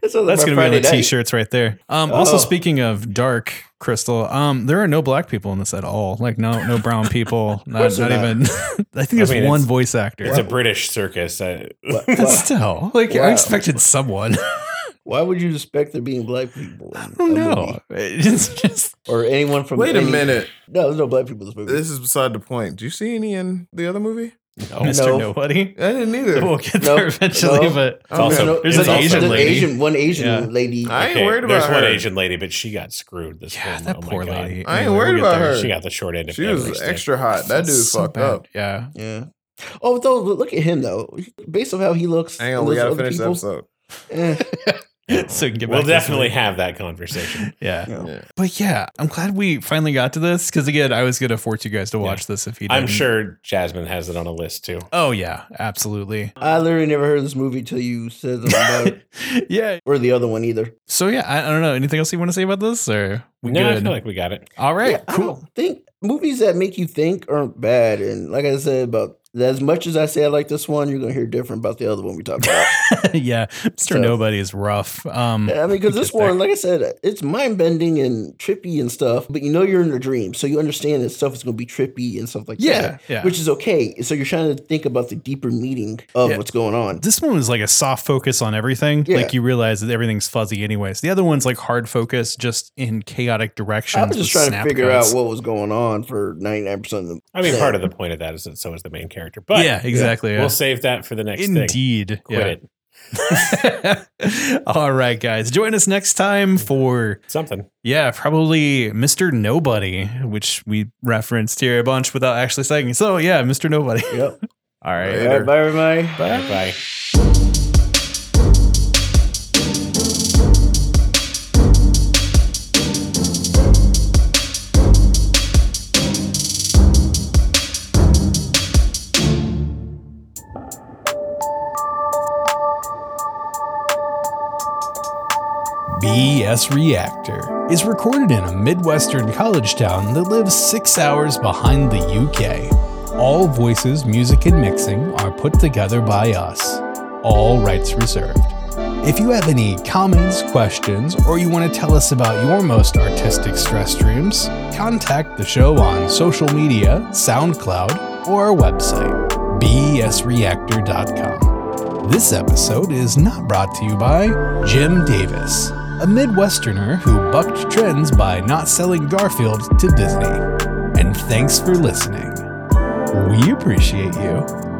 Speaker 4: That's, all
Speaker 2: That's going to
Speaker 4: about
Speaker 2: be on
Speaker 4: Friday
Speaker 2: the
Speaker 4: night.
Speaker 2: t-shirts right there. Um, Also,
Speaker 4: Oh.
Speaker 2: speaking of dark crystal, um, there are no black people in this at all. Like no, no brown people. not,
Speaker 4: course
Speaker 2: not
Speaker 4: they're not.
Speaker 2: even. I think there's
Speaker 3: mean,
Speaker 2: one
Speaker 3: it's-
Speaker 2: voice actor.
Speaker 3: It's a British circus. I,
Speaker 4: Why,
Speaker 2: But
Speaker 4: why,
Speaker 2: still, like
Speaker 4: Wow.
Speaker 2: I expected someone.
Speaker 4: why would you expect there being black people?
Speaker 2: I
Speaker 4: in
Speaker 2: don't
Speaker 4: a
Speaker 2: know.
Speaker 4: movie?
Speaker 2: It's just
Speaker 4: Or anyone from.
Speaker 5: Wait a
Speaker 4: any-
Speaker 5: minute.
Speaker 4: No, there's no black people in this movie.
Speaker 5: This is beside the point. Do you see any in the other movie?
Speaker 2: Mr.
Speaker 4: No.
Speaker 2: Nobody.
Speaker 5: I didn't either.
Speaker 2: We'll get
Speaker 4: No.
Speaker 2: there eventually,
Speaker 4: No.
Speaker 2: but
Speaker 5: Okay.
Speaker 3: also-
Speaker 4: no,
Speaker 2: There's
Speaker 3: It's
Speaker 2: an
Speaker 3: also
Speaker 2: Asian
Speaker 4: there's
Speaker 2: lady.
Speaker 4: Asian- one Asian
Speaker 2: Yeah.
Speaker 4: lady.
Speaker 5: I ain't worried about
Speaker 3: There's
Speaker 5: her.
Speaker 3: one Asian lady, but she got screwed. This
Speaker 2: yeah,
Speaker 3: film.
Speaker 2: that
Speaker 3: Oh my
Speaker 2: poor
Speaker 3: God.
Speaker 2: lady.
Speaker 5: I ain't
Speaker 2: Anyway,
Speaker 5: worried
Speaker 2: we'll get
Speaker 5: about her.
Speaker 3: She got the short end of
Speaker 5: She was
Speaker 3: everything.
Speaker 5: extra hot. That dude
Speaker 2: That's so
Speaker 5: fucked
Speaker 2: bad.
Speaker 5: up.
Speaker 2: Yeah.
Speaker 4: yeah. Oh, though, look at him though. Based on how he looks,
Speaker 5: Hang on,
Speaker 4: and
Speaker 5: we
Speaker 4: those
Speaker 5: gotta
Speaker 4: other
Speaker 5: finish the
Speaker 4: people,
Speaker 5: episode.
Speaker 4: eh.
Speaker 2: so we can get
Speaker 3: We'll
Speaker 2: back to this
Speaker 3: definitely
Speaker 2: one.
Speaker 3: have that conversation.
Speaker 2: Yeah.
Speaker 4: Yeah.
Speaker 5: Yeah.
Speaker 2: But yeah, I'm glad we finally got to this because again, I was gonna force you guys to
Speaker 3: Yeah.
Speaker 2: watch this if you. Didn't.
Speaker 3: I'm sure Jasmine has it on a list too.
Speaker 2: Oh yeah, absolutely.
Speaker 4: I literally never heard of this movie till you said something about it,
Speaker 2: yeah.
Speaker 4: or the other one either.
Speaker 2: So yeah, I, I don't know. Anything else you want to say about this, or we
Speaker 3: no, I
Speaker 2: good?
Speaker 3: feel like we got it.
Speaker 2: All right.
Speaker 4: Yeah, I
Speaker 2: cool.
Speaker 4: don't think movies that make you think aren't bad. And like I said, about as much as I say I like this one, you're gonna hear different about the other one we talked about.
Speaker 2: yeah, Mr.
Speaker 4: So-
Speaker 2: Nobody is rough. Um,
Speaker 4: I mean, because this
Speaker 2: Get there.
Speaker 4: one, like I said, it's mind bending and trippy and stuff. But you know you're in a dream, so you understand that stuff is gonna be trippy and stuff like
Speaker 2: yeah,
Speaker 4: that.
Speaker 2: yeah.
Speaker 4: Which is okay. So you're trying to think about the deeper meaning of
Speaker 2: Yeah.
Speaker 4: what's going on.
Speaker 2: this one was like a soft focus on everything.
Speaker 4: Yeah.
Speaker 2: Like you realize that everything's fuzzy, anyways. The other one's like hard focus, just in chaotic directions.
Speaker 4: I was
Speaker 2: with
Speaker 4: just trying to
Speaker 2: snap
Speaker 4: figure
Speaker 2: cuts.
Speaker 4: out what was going on for 99% of them.
Speaker 3: I mean,
Speaker 4: Yeah.
Speaker 3: part of the point of that is that so is the main character. But
Speaker 2: yeah, exactly. yeah.
Speaker 3: we'll save that for the next thing.
Speaker 2: Indeed.
Speaker 3: Quit it.
Speaker 2: yeah. All right, guys. Join us next time for
Speaker 3: Something.
Speaker 2: yeah, probably Mr. Nobody, which we referenced here a bunch without actually saying. So yeah, Mr. Nobody.
Speaker 4: Yep.
Speaker 2: All right.
Speaker 4: All right, bye, everybody.
Speaker 3: Bye. Bye.
Speaker 1: BS Reactor is recorded in a Midwestern college town that lives six hours behind the UK. All voices, music, and mixing are put together by us. All rights reserved. If you have any comments, questions, or you want to tell us about your most artistic stress dreams, contact the show on social media, SoundCloud, or our website, bsreactor.com. This episode is not brought to you by Jim Davis, a Midwesterner who bucked trends by not selling Garfield to Disney. And thanks for listening. We appreciate you.